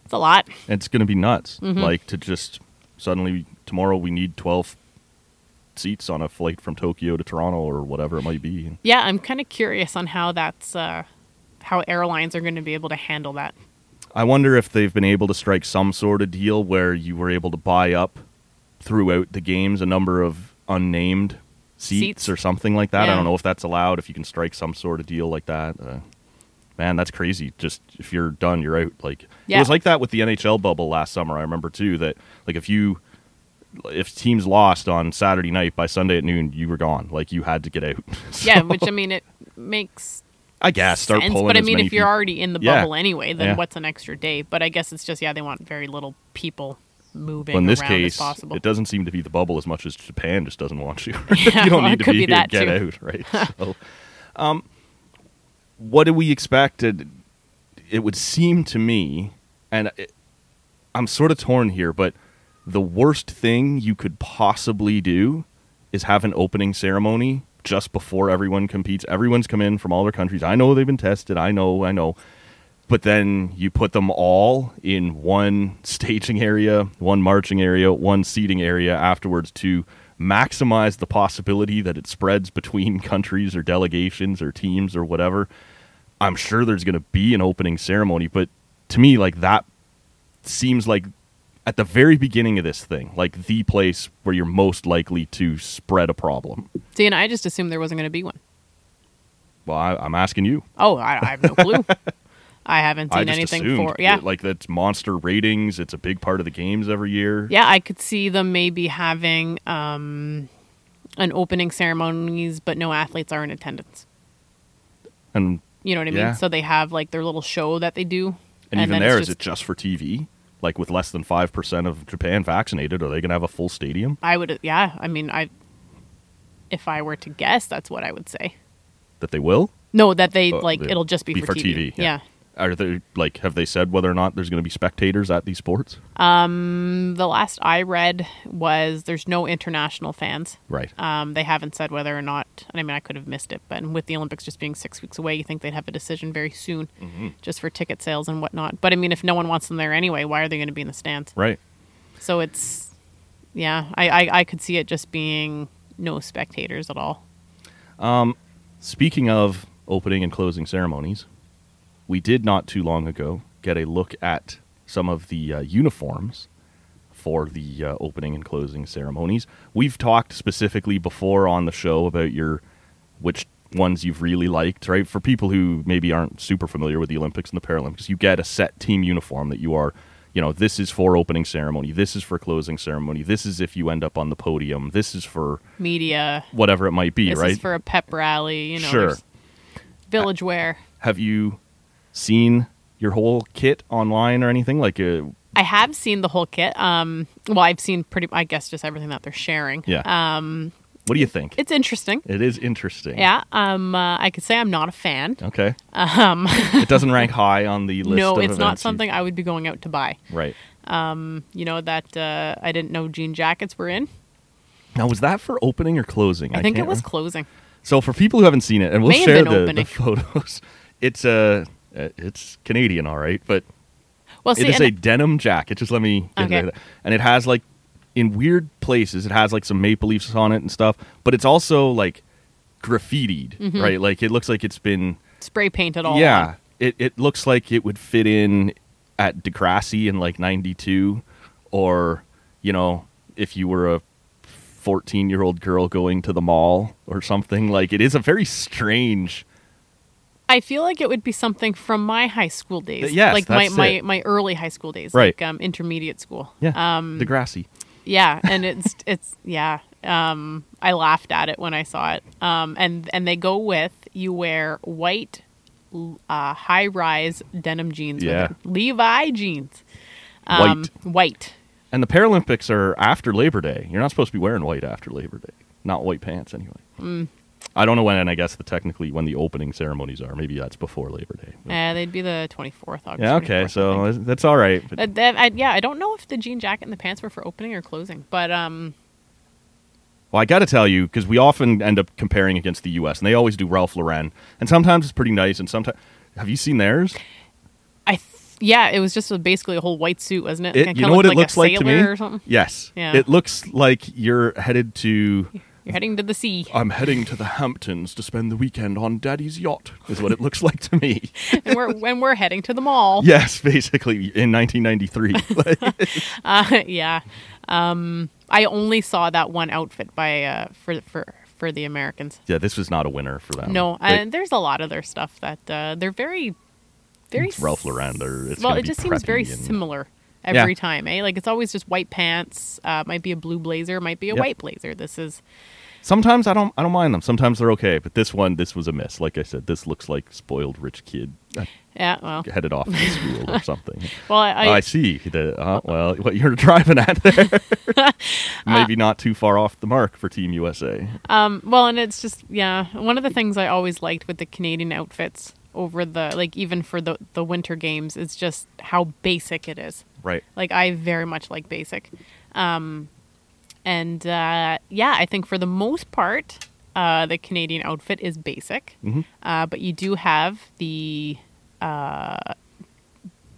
it's a lot. It's going to be nuts. Like to just suddenly tomorrow we need 12 seats on a flight from Tokyo to Toronto or whatever it might be. Yeah, I'm kind of curious on how that's uh, how airlines are going to be able to handle that. I wonder if they've been able to strike some sort of deal where you were able to buy up throughout the games a number of unnamed seats, Seats. or something like that. I Yeah. don't know if that's allowed. If you can strike some sort of deal like that, uh, man, that's crazy. Just if you're done, you're out. Like it Yeah. was like that with the NHL bubble last summer. I remember too that like if you if teams lost on Saturday night by Sunday at noon, you were gone. Like you had to get out. So, Yeah, which I mean, it makes I guess start sense. pulling. But I as mean, many if you're people- already in the Yeah. bubble anyway, then Yeah. what's an extra day? But I guess it's just yeah, they want very little people moving Well, in this around as case, possible. it doesn't seem to be the bubble as much as Japan just doesn't want you. Yeah, you don't well, it need to could be, be here. that Get too. out, right? so, um, what do we expect? It, it would seem to me, and it, I'm sort of torn here, but the worst thing you could possibly do is have an opening ceremony just before everyone competes. Everyone's come in from all their countries. I know they've been tested. I know. I know but then you put them all in one staging area, one marching area, one seating area afterwards to maximize the possibility that it spreads between countries or delegations or teams or whatever. I'm sure there's going to be an opening ceremony, but to me, like that seems like at the very beginning of this thing, like the place where you're most likely to spread a problem. See, and I just assumed there wasn't going to be one. Well, I, I'm asking you. Oh, I, I have no clue. I haven't I seen just anything assumed, for yeah. like that's monster ratings. It's a big part of the games every year. Yeah, I could see them maybe having um, an opening ceremonies, but no athletes are in attendance. and You know what I Yeah. mean? So they have like their little show that they do. And, even then there, it's is it just for TV? Like with less than five percent of Japan vaccinated, are they going to have a full stadium? I would, yeah. I mean, I, if I were to guess, that's what I would say. That they will No, that they Uh, like they- it'll just be, be for TV, yeah. yeah. Are they like have they said whether or not there's going to be spectators at these sports? The last I read was there's no international fans. Right. Um, they haven't said whether or not. And I mean, I could have missed it, but with the Olympics just being six weeks away, you think they'd have a decision very soon, Mm-hmm. just for ticket sales and whatnot. But I mean, if no one wants them there anyway, why are they going to be in the stands? right. So it's, yeah, I, I I could see it just being no spectators at all. Speaking of opening and closing ceremonies, we did not too long ago get a look at some of the uh, uniforms for the uh, opening and closing ceremonies. We've talked specifically before on the show about your which ones you've really liked, right? For people who maybe aren't super familiar with the Olympics and the Paralympics, you get a set team uniform that you are, you know, this is for opening ceremony, this is for closing ceremony, this is if you end up on the podium, this is for Media. whatever it might be, This right? is for a pep rally. You know, Sure. Uh, there's village wear. Have you seen your whole kit online or anything like uh, I have seen the whole kit. Um, well, I've seen pretty, I guess, just everything that they're sharing. yeah. Um what do you think? It's interesting. It is interesting. Yeah. Um, uh, I could say I'm not a fan. Okay. Um it doesn't rank high on the list No, of it's not events you- something I would be going out to buy. Right. You know that uh, I didn't know jean jackets were in. Now was that for opening or closing? I think it can't was remember. closing. So for people who haven't seen it, and we'll May have share been the, the opening. photos, it's uh, uh, it's Canadian, all right, but Well, Oh, see, it is and- a denim jacket. Just let me get Okay. rid of that. And it has like in weird places, it has like some maple leaves on it and stuff, but it's also like graffitied, Mm-hmm. right? Like it looks like it's been spray painted all. yeah, on. it it looks like it would fit in at Degrassi in like '92, or you know, if you were a 14 year old girl going to the mall or something. Like it is a very strange. I feel like it would be something from my high school days. Th- yes, like my that's my, it. my early high school days, Right. Like um, intermediate school. Yeah, Um, Degrassi. yeah, and it's it's yeah. Um, I laughed at it when I saw it. Um, and and they go with you wear white, l- uh, high rise denim jeans. Yeah. with it. Levi jeans. um, white. White. And the Paralympics are after Labor Day. You're not supposed to be wearing white after Labor Day. Not white pants, anyway. Mm. I don't know when, and I guess the technically when the opening ceremonies are. Maybe that's before Labor Day. But- Uh, they'd be the twenty fourth August. yeah, okay, 24th, I think. so that's all right. But Uh, that, I, yeah, I don't know if the jean jacket and the pants were for opening or closing, but um, Well, I got to tell you, because we often end up comparing against the U.S., and they always do Ralph Lauren, and sometimes it's pretty nice, and sometimes. Have you seen theirs? I th- yeah, it was just a, basically a whole white suit, wasn't it? Kinda you know what it looked looks a like to me. sailor Or something. Yes, Yeah. it looks like you're headed to. You're heading to the sea, I'm heading to the Hamptons to spend the weekend on Daddy's yacht. Is what it looks like to me. and we're when we're heading to the mall. Yes, basically in 1993. Like, Uh, yeah. Um, I only saw that one outfit by uh, for for for the Americans. yeah, this was not a winner for them. No, But and there's a lot of their stuff that uh, they're very, very it's Ralph Lauren. They're, it's well, gonna it be just seems very preppy and- similar every Yeah. time, eh? Like it's always just white pants. Uh, might be a blue blazer, might be a Yep. white blazer. This is Sometimes I don't I don't mind them. Sometimes they're okay, but this one this was a miss. Like I said, this looks like spoiled rich kid uh, yeah. Well, headed off to school or something. well, I, I, see. The, uh, well, what you're driving at there, Uh, maybe not too far off the mark for Team USA. Well, and it's just yeah, one of the things I always liked with the Canadian outfits over the like even for the the winter games is just how basic it is. Right. Like I very much like basic. Um and uh yeah, I think for the most part uh the Canadian outfit is basic. Uh but you do have the uh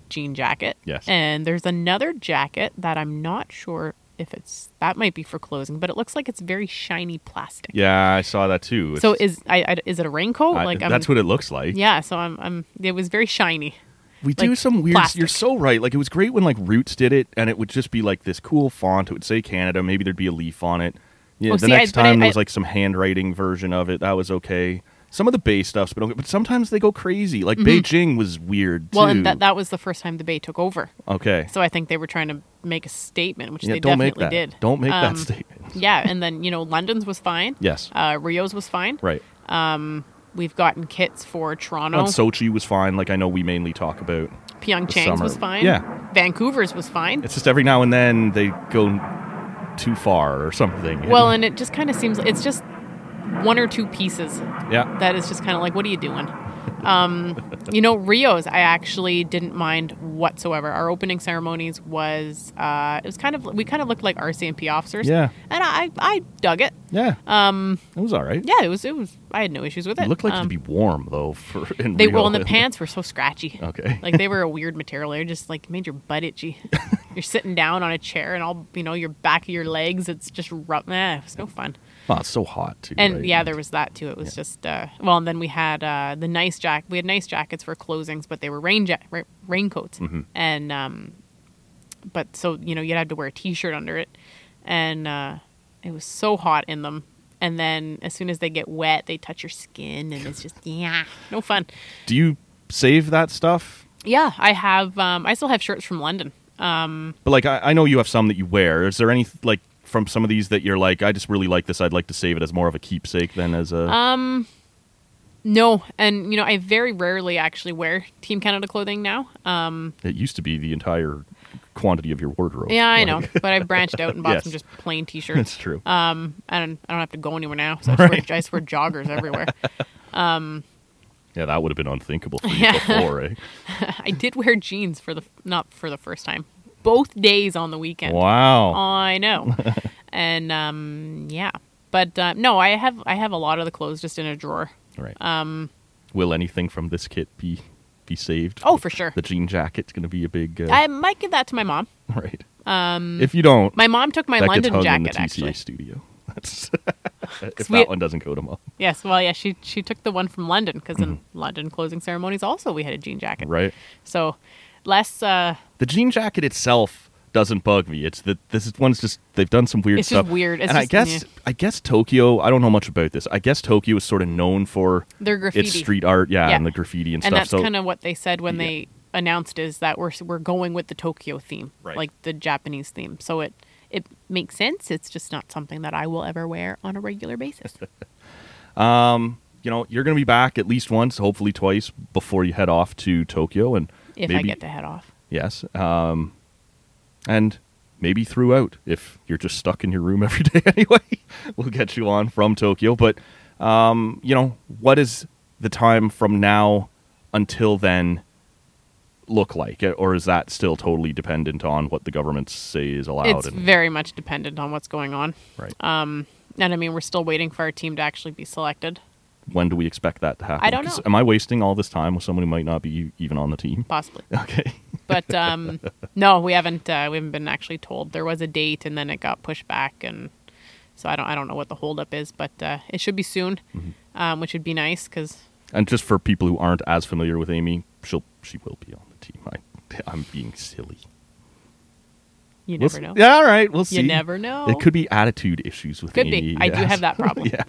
jean jacket. Yes. And there's another jacket that I'm not sure if it's that might be for closing, but it looks like it's very shiny plastic. Yeah, I saw that too. So It's- is I, I is it a raincoat? I- like that's I'm, what it looks like. Yeah, so I'm I'm it was very shiny. We do like some weird. plastic. You're so right. Like it was great when like Roots did it, and it would just be like this cool font. It would say Canada. Maybe there'd be a leaf on it. Yeah. Oh, the see, I- next but I- time there I- was like some handwriting version of it. That was okay. Some of the base stuff's been okay, but sometimes they go crazy. Like Beijing was weird Mm-hmm. too. Well, and that that was the first time the Bay took over. okay. So I think they were trying to make a statement, which yeah, they don't make definitely that. did. Don't make Um, that statement. Yeah, and then you know London's was fine. Yes. Uh, Rio's was fine. right. We've gotten kits for Toronto. Well, Sochi was fine. Like I know we mainly talk about. Pyeongchang's summer. was fine. Yeah. Vancouver's was fine. It's just every now and then they go too far or something. well, and it just kind of seems it's just one or two pieces yeah. that is just kind of like, what are you doing? Um, you know, Rio's, I actually didn't mind whatsoever. Our opening ceremonies was, uh, it was kind of, we kind of looked like RCMP officers. Yeah. And I, I dug it. Yeah. Um. It was all right. Yeah, it was, it was, I had no issues with it. It looked like Um, it'd be warm though. For in They, Rio. well, and the pants were so scratchy. Okay. Like they were a weird material. They just like made your butt itchy. You're sitting down on a chair and all, you know, your back of your legs, it's just rough. Eh, it was no fun. Oh, it's so hot too. And right? yeah, there was that too. It was just uh, well, and then we had uh, Mm-hmm. the nice jack. We had nice jackets for closings, but they were rain ja- ra- raincoats. And um, but so you know you'd have to wear a t-shirt under it, and uh, it was so hot in them. And then as soon as they get wet, they touch your skin, and it's just yeah, no fun. Do you save that stuff? Yeah, I have. Um, I still have shirts from London. But like, I, I know you have some that you wear. Is there any like from some of these that you're like, I just really like this. I'd like to save it as more of a keepsake than as a. Um, No, and you know I very rarely actually wear Team Canada clothing now. Um, it used to be the entire quantity of your wardrobe. Yeah, I Like, know, Uh, but I've branched out and bought Yes. some just plain That's T-shirts. true. and I don't have to go anywhere now. So I, just wear, I just wear joggers everywhere. yeah, that would have been unthinkable for you Yeah. before. Eh? I did wear jeans for the not for the first time, both days on the weekend. Wow. I know, and um, yeah, but uh, no, I have I have a lot of the clothes just in a drawer. All right. Um, Will anything from this kit be be saved? Oh, for sure. The jean jacket's going to be a big. Uh, I might give that to my mom. all right. Um, if you don't, My mom took my that gets London hung in the jacket TCA actually. studio. That's if We- that one doesn't go to mom, Yes, well, yeah, she she took the one from London because in London closing ceremonies also we had a jean jacket. Mm-hmm. right? So less uh, The jean jacket itself doesn't bug me. It's that this is- one's just they've done some weird It's just stuff. weird. It's and I just- guess yeah. I guess Tokyo. I don't know much about this. I guess Tokyo is sort of known for Their graffiti. its street art, yeah, Yeah. and the graffiti and, and stuff. that's so kind of what they said when Yeah. they announced is that we're we're going with the Tokyo theme, Right. like the Japanese theme. So it it makes sense. It's just not something that I will ever wear on a regular basis. you know you're going to be back at least once, hopefully twice, before you head off to Tokyo, and if maybe I get the head off, yes, um, and maybe throughout if you're just stuck in your room every day anyway. we'll get you on from Tokyo, but um, you know what is the time from now until then look like, Uh, or is that still totally dependent on what the governments say is allowed? it's uh, and, very much dependent on what's going on. right. And I mean, we're still waiting for our team to actually be selected, when do we expect that to happen? don't 'Cause know. Am I wasting all this time with someone who might not be even on the team? possibly. Okay. But um, no, we haven't. Uh, we haven't been actually told. There was a date, and then it got pushed back, and so I don't. I don't know what the holdup is, but uh, it should be soon, Mm-hmm. um, which would be nice because And just for people who aren't as familiar with Amy, she'll she will be on the team. I, I'm being silly. you We'll never s- know. Yeah, all right. We'll see. You never know. It could be attitude issues with Could Amy. be. I do E. yes. have that problem. yeah.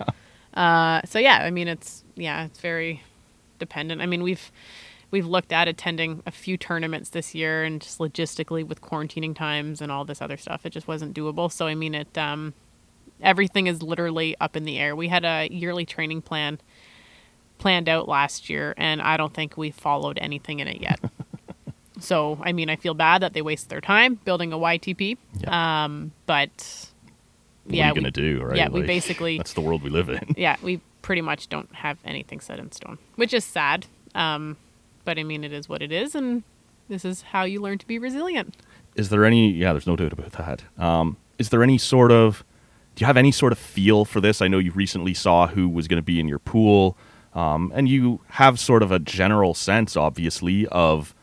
Uh, so yeah, I mean, it's yeah, it's very dependent. I mean, we've we've looked at attending a few tournaments this year, and just logistically with quarantining times and all this other stuff, it just wasn't doable. So I mean, it um, everything is literally up in the air. We had a yearly training plan planned out last year, and I don't think we followed anything in it yet. so I mean, I feel bad that they wasted their time building a YTP, Yeah. Um, but what yeah, are you we- gonna do? Right. yeah, we Like, basically- That's the world we live in. yeah, we pretty much don't have anything set in stone, which is sad. Um, but I mean, it is what it is, and this is how you learn to be resilient. Is there any? Yeah, there's no doubt about that. Um, is there any sort of? Do you have any sort of feel for this? I know you recently saw who was going to be in your pool, um, and you have sort of a general sense, obviously, of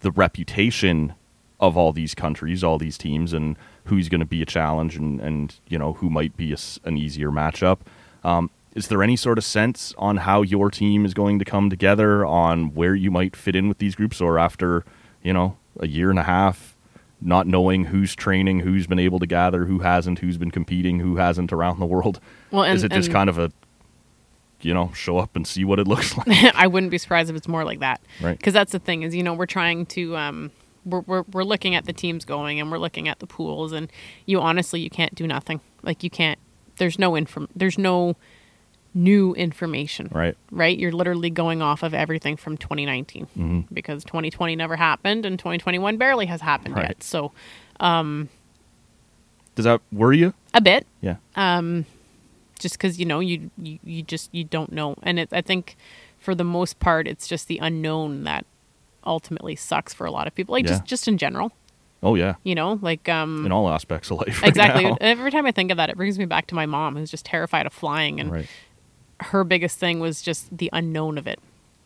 the reputation of all these countries, all these teams, and who's going to be a challenge, and, and you know who might be a s an easier matchup. Um, is there any sort of sense on how your team is going to come together, on where you might fit in with these groups, or after you know a year and a half, not knowing who's training, who's been able to gather, who hasn't, who's been competing, who hasn't around the world? Well, and- is it just and- kind of a you know show up and see what it looks like? I wouldn't be surprised if it's more like that, Right. Because that's the thing is, you know, we're trying to. Um, we're, we're, we're looking at the teams going and we're looking at the pools and you honestly you can't do nothing like you can't there's no inform there's no new information right. right? You're literally going off of everything from 2019 Mm-hmm. because 2020 never happened and 2021 barely has happened Right. yet. So Does that worry you? a bit, Yeah. just because you know you, you you just you don't know, and it, I think for the most part it's just the unknown that ultimately sucks for a lot of people. Like just Yeah. just in general, oh yeah. you know, like um in all aspects of life. right exactly. now. Every time I think of that, it brings me back to my mom who's just terrified of flying, and Right. her biggest thing was just the unknown of it.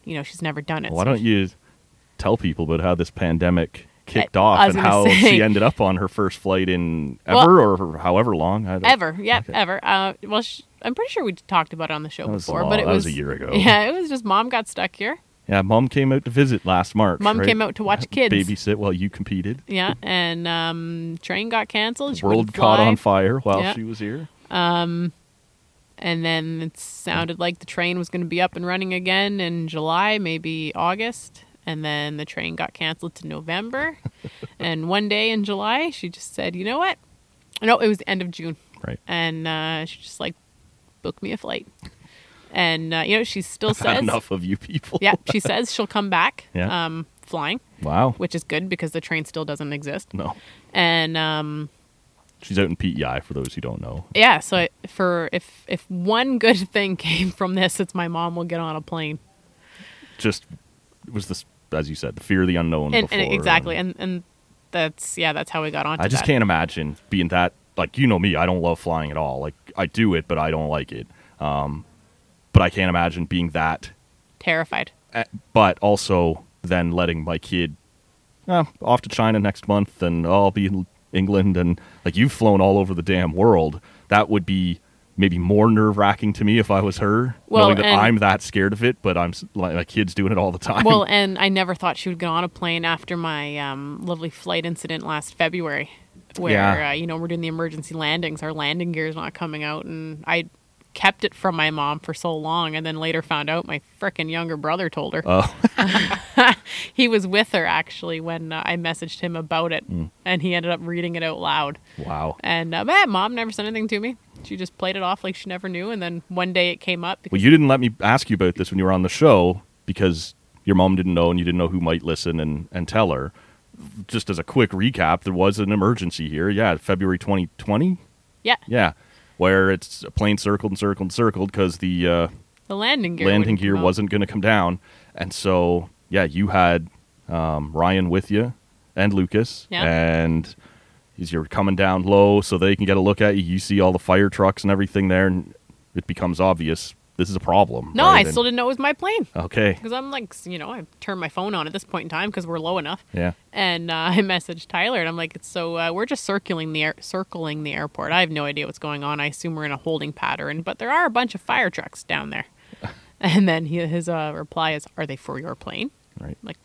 You know, she's never done it. Why so don't you tell people about how this pandemic kicked I- I off was and gonna how say- she ended up on her first flight in Well- ever or however long? I don't- Ever, yeah, Okay. ever. Uh, well, sh- I'm pretty sure we talked about it on the show That was a before, while- but it that was was, a year ago. Yeah, it was just mom got stuck here, Yeah, mom came out to visit last March. Mom right? came out to watch kids. Babysit while you competed. Yeah, and um, train got canceled. she World wouldn't caught fly, on fire while Yeah. she was here. And then it sounded like the train was going to be up and running again in July, maybe August. And then the train got canceled to November. and one day in July, she just said, "You know what? No, it was the end of June." Right. And uh, she just like booked me a flight. And uh, you know, she still Had says, enough of you people. "Yeah, she says she'll come back." Yeah. Um, flying, Wow. which is good because the train still doesn't exist. No. And um, She's out in PEI for those who don't know. yeah so I, for if if one good thing came from this it's my mom will get on a plane Just it was this as you said, the fear of the unknown and, before. um, and exactly and and that's yeah that's how we got on I just can't imagine being that like you know me, I don't love flying at all. Like I do it but I don't like it. Um but I can't imagine being that terrified uh, but also then letting my kid uh, off to China next month, and I'll be in England, and like you've flown all over the damn world. That would be maybe more nerve wracking to me if I was her, Well, knowing that and- I'm that scared of it. But I'm s- like my kid's doing it all the time. well and i never thought she would get on a plane after my um, lovely flight incident last february where Yeah. uh, you know we're doing the emergency landings our landing gear's not coming out and i kept it from my mom for so long and then later found out my frickin' younger brother told her Oh. he was with her actually when uh, i messaged him about it Mm. and he ended up reading it out loud wow, And uh, my mom never said anything to me. She just played it off like she never knew. And then one day it came up. Well, you didn't let me ask you about this when you were on the show because your mom didn't know and you didn't know who might listen and, and tell her. Just as a quick recap, there was an emergency here. Yeah, February 2020. yeah, Yeah, where it's a plane circled and circled and circled because the uh, the landing gear. landing wouldn't gear come out. wasn't going to come down, and so yeah, you had um, Ryan with you and Lucas, Yeah. and he's you're coming down low so they can get a look at you. You see all the fire trucks and everything there, and it becomes obvious this is a problem. No, right? I And- still didn't know it was my plane Okay. because I'm like, you know, I turned my phone on at this point in time because we're low enough. Yeah. And uh, I messaged Tyler and I'm like, it's so uh, we're just circling the air- circling the airport. I have no idea what's going on. I assume we're in a holding pattern, but there are a bunch of fire trucks down there. and then he, his uh, reply is, "Are they for your plane?" Right. like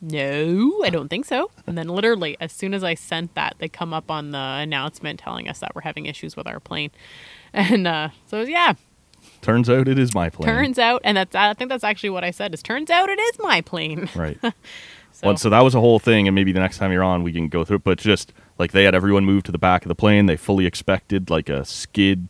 no i don't think so and then literally as soon as i sent that they come up on the announcement telling us that we're having issues with our plane and uh, so yeah Turns out it is my plane. turns out and that's i think that's actually what i said is turns out it is my plane Right. so, Well, so that was a whole thing, and maybe the next time you're on, we can go through it. But just like they had everyone move to the back of the plane, they fully expected like a skid.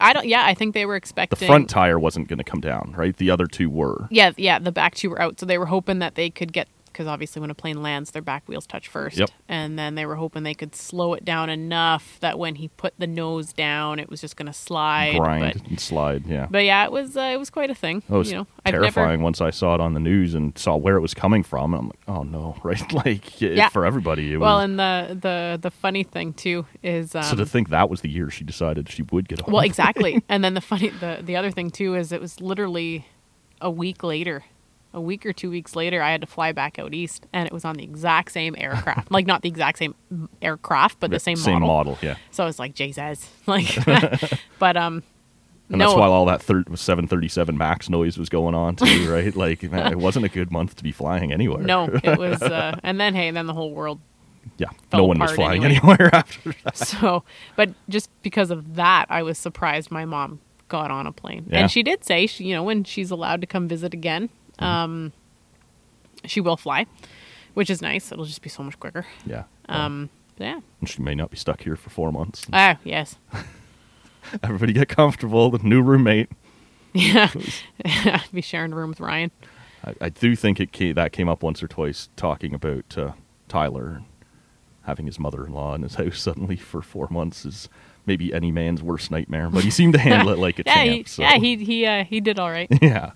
i don't yeah i think they were The expecting front tire wasn't going to come down, right? The other two were. yeah yeah the back two were out so they were hoping that they could get because obviously when a plane lands their back wheels touch first Yep. and then they were hoping they could slow it down enough that when he put the nose down it was just going to slide Grind but and slide, yeah. But yeah, it was uh, it was quite a thing. That was you know, terrifying I've never, once I saw it on the news and saw where it was coming from. And I'm like, oh no, right? Like it- Yeah. for everybody. It well, was, and the the the funny thing too is um, so to think that was the year she decided she would get on. well, exactly. and then the funny the the other thing too is it was literally a week later, a week or two weeks later, I had to fly back out east, and it was on the exact same aircraft, like not the exact same aircraft, but the same, same model. model, yeah. So I was like, Jesus, like, but um, And no, that's why all that thir- 737 Max noise was going on too, right? Like man, it wasn't a good month to be flying anywhere. no, it was, uh, and then hey, then the whole world yeah, no fell one was apart flying anyway. Um, anywhere after. so but just because of that i was surprised my mom got on a plane Yeah. Mm-hmm. and she did say she, you know when she's allowed to come visit again um she will fly which is nice it'll just be so much quicker Yeah, um yeah and she may not be stuck here for four months. oh yes Everybody get comfortable. The new roommate. yeah be sharing a room with ryan I, I do think it came, that came up once or twice talking about uh, Tyler having his mother-in-law in his house suddenly for four months is maybe any man's worst nightmare. But he seemed to handle it like a yeah champ. he, so. yeah he he uh, he did all right yeah.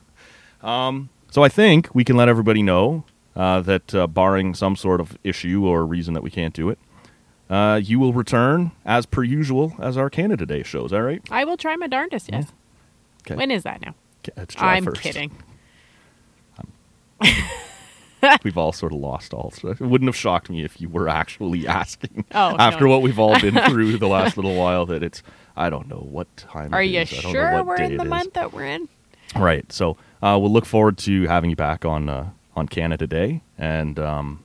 Um, so I think we can let everybody know uh, that, uh, barring some sort of issue or reason that we can't do it, uh, you will return as per usual as our Canada Day show. Is that right? i will try my darndest yes Okay. when is that now K- It's July i'm 1st. kidding We've all sort of lost all. So it wouldn't have shocked me if you were actually asking Oh, after no. what we've all been through the last little while that it's. I don't know what time. are it you is. I don't know sure what we're day in the it is. month that we're in Right. So Uh, we'll look forward to having you back on uh, on Canada Day, and um,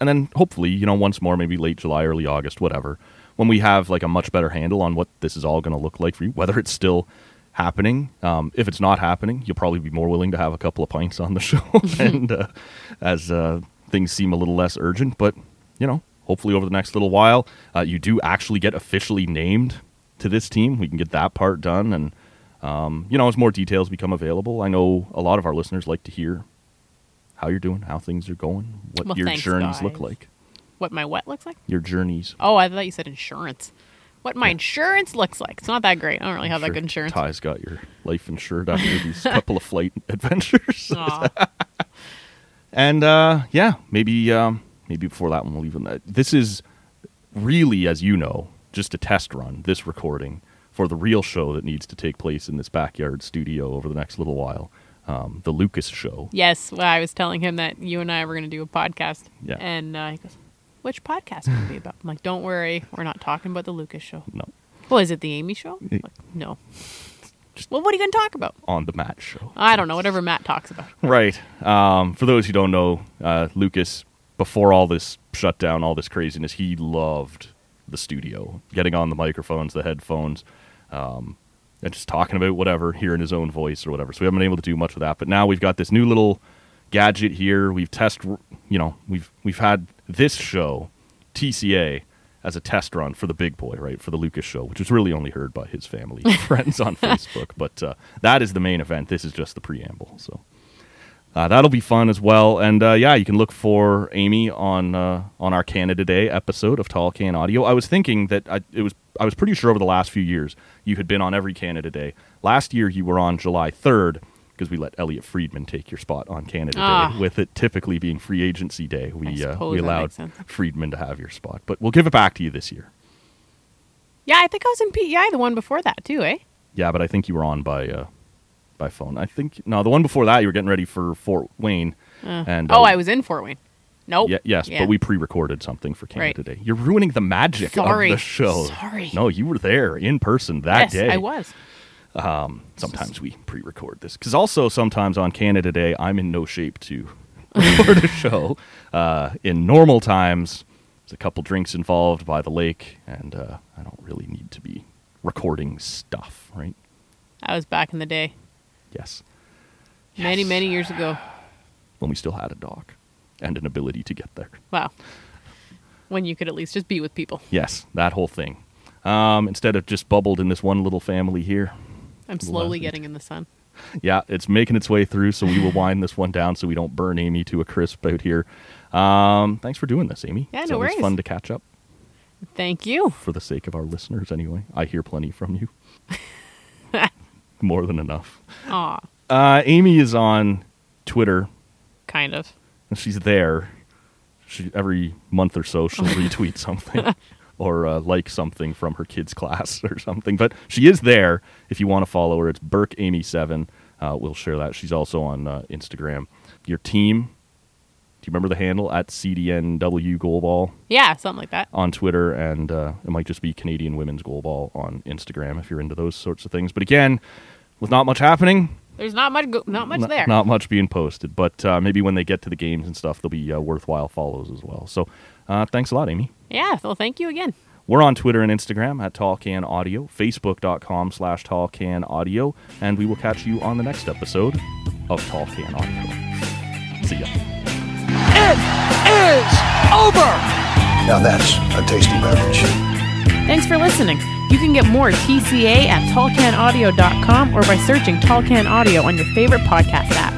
and then hopefully, you know, once more, maybe late July, early August, whatever, when we have like a much better handle on what this is all going to look like for you, whether it's still happening. Um, if it's not happening, you'll probably be more willing to have a couple of pints on the show, and uh, as uh, things seem a little less urgent, but you know, hopefully over the next little while, uh, you do actually get officially named to this team. We can get that part done, and um, you know, as more details become available, I know a lot of our listeners like to hear how you're doing, how things are going, what Well, your thanks, journeys look guys. like. What my what looks like? Your journeys. Oh, I thought you said insurance. What my insurance looks like. It's not that great. I don't really have that Sure, good insurance. Ty's got your life insured after these couple of flight adventures. Aw. And uh, yeah, maybe um, maybe before that one we'll leave on that. This is really, as you know, just a test run. This recording for the real show that needs to take place in this backyard studio over the next little while, um, the Lucas show. Yes, well, I was telling him that you and I were going to do a podcast. Yeah. And uh, he goes, which podcast would it be about? I'm like, don't worry. We're not talking about the Lucas show. No, Well, is it the Amy show? I'm like, no. well, what are you going to talk about? on the Matt show. I don't know. Whatever Matt talks about. Right. Um, for those who don't know, uh, Lucas, before all this shutdown, all this craziness, he loved the studio, getting on the microphones, the headphones, um, and just talking about whatever, hearing his own voice or whatever. So we haven't been able to do much of that. But now we've got this new little gadget here. We've test, you know, we've we've had this show, TCA, as a test run for the big boy, right, for the Lucas show, which was really only heard by his family, and friends on Facebook. But uh, that is the main event. This is just the preamble. So. Uh, that'll be fun as well, and uh, yeah, you can look for Amy on uh, on our Canada Day episode of Tall Can Audio. I was thinking that I, it was I was pretty sure over the last few years you had been on every Canada Day. Last year you were on July third because we let Elliot Friedman take your spot on Canada Ah. Day, with it typically being Free Agency Day. We uh, suppose we that allowed makes sense. Friedman to have your spot, but we'll give it back to you this year. Yeah, I think I was in PEI the one before that, too, eh? Yeah, but I think you were on by uh, by phone. I think no, the one before that you were getting ready for Fort Wayne, and Oh, uh, I was in Fort Wayne. Nope. Ye- yes, Oh, Yeah. but we pre-recorded something for Canada Right. Day. You're ruining the magic Sorry. of the show. Sorry. No, you were there in person Yes, that day. I was. Sometimes we pre-record this because also sometimes on Canada Day, I'm in no shape to record a show. Uh, in normal times, there's a couple drinks involved by the lake, and uh, I don't really need to be recording stuff, right? I was back in the day, Yes, many, many years ago. when we still had a dog and an ability to get there. Wow. When you could at least just be with people. Yes, that whole thing. Um, instead of just bubbled in this one little family here. I'm slowly Lovely. getting in the sun. yeah, it's making its way through, so we will wind this one down so we don't burn Amy to a crisp out here. Um, thanks for doing this, Amy. Yeah, it's no always worries. fun to catch up Thank you. for the sake of our listeners, anyway. I hear plenty from you. More than enough. Aw, Uh, Amy is on Twitter. kind of. She's there. She, every month or so, she'll retweet something or uh, like something from her kids' class or something. But she is there if you want to follow her. It's Burke Amy Seven. Uh, we'll share that. She's also on uh, Instagram. Your team. Do you remember the handle at CDNW Goalball Yeah, something like that. on Twitter, and uh, it might just be Canadian Women's Goalball on Instagram if you're into those sorts of things. But again, with not much happening, There's not much, go- not much not, there. not much being posted, but uh, maybe when they get to the games and stuff, they'll be uh, worthwhile follows as well. So uh, thanks a lot, Amy. Yeah. Well, thank you again. We're on Twitter and Instagram at TallCan Audio, Facebook.com slash TallCan Audio, and we will catch you on the next episode of TallCan Audio. See ya. Now that's a tasty beverage. Thanks for listening. You can get more TCA at tallcanaudio.com or by searching Tall Can Audio on your favorite podcast app.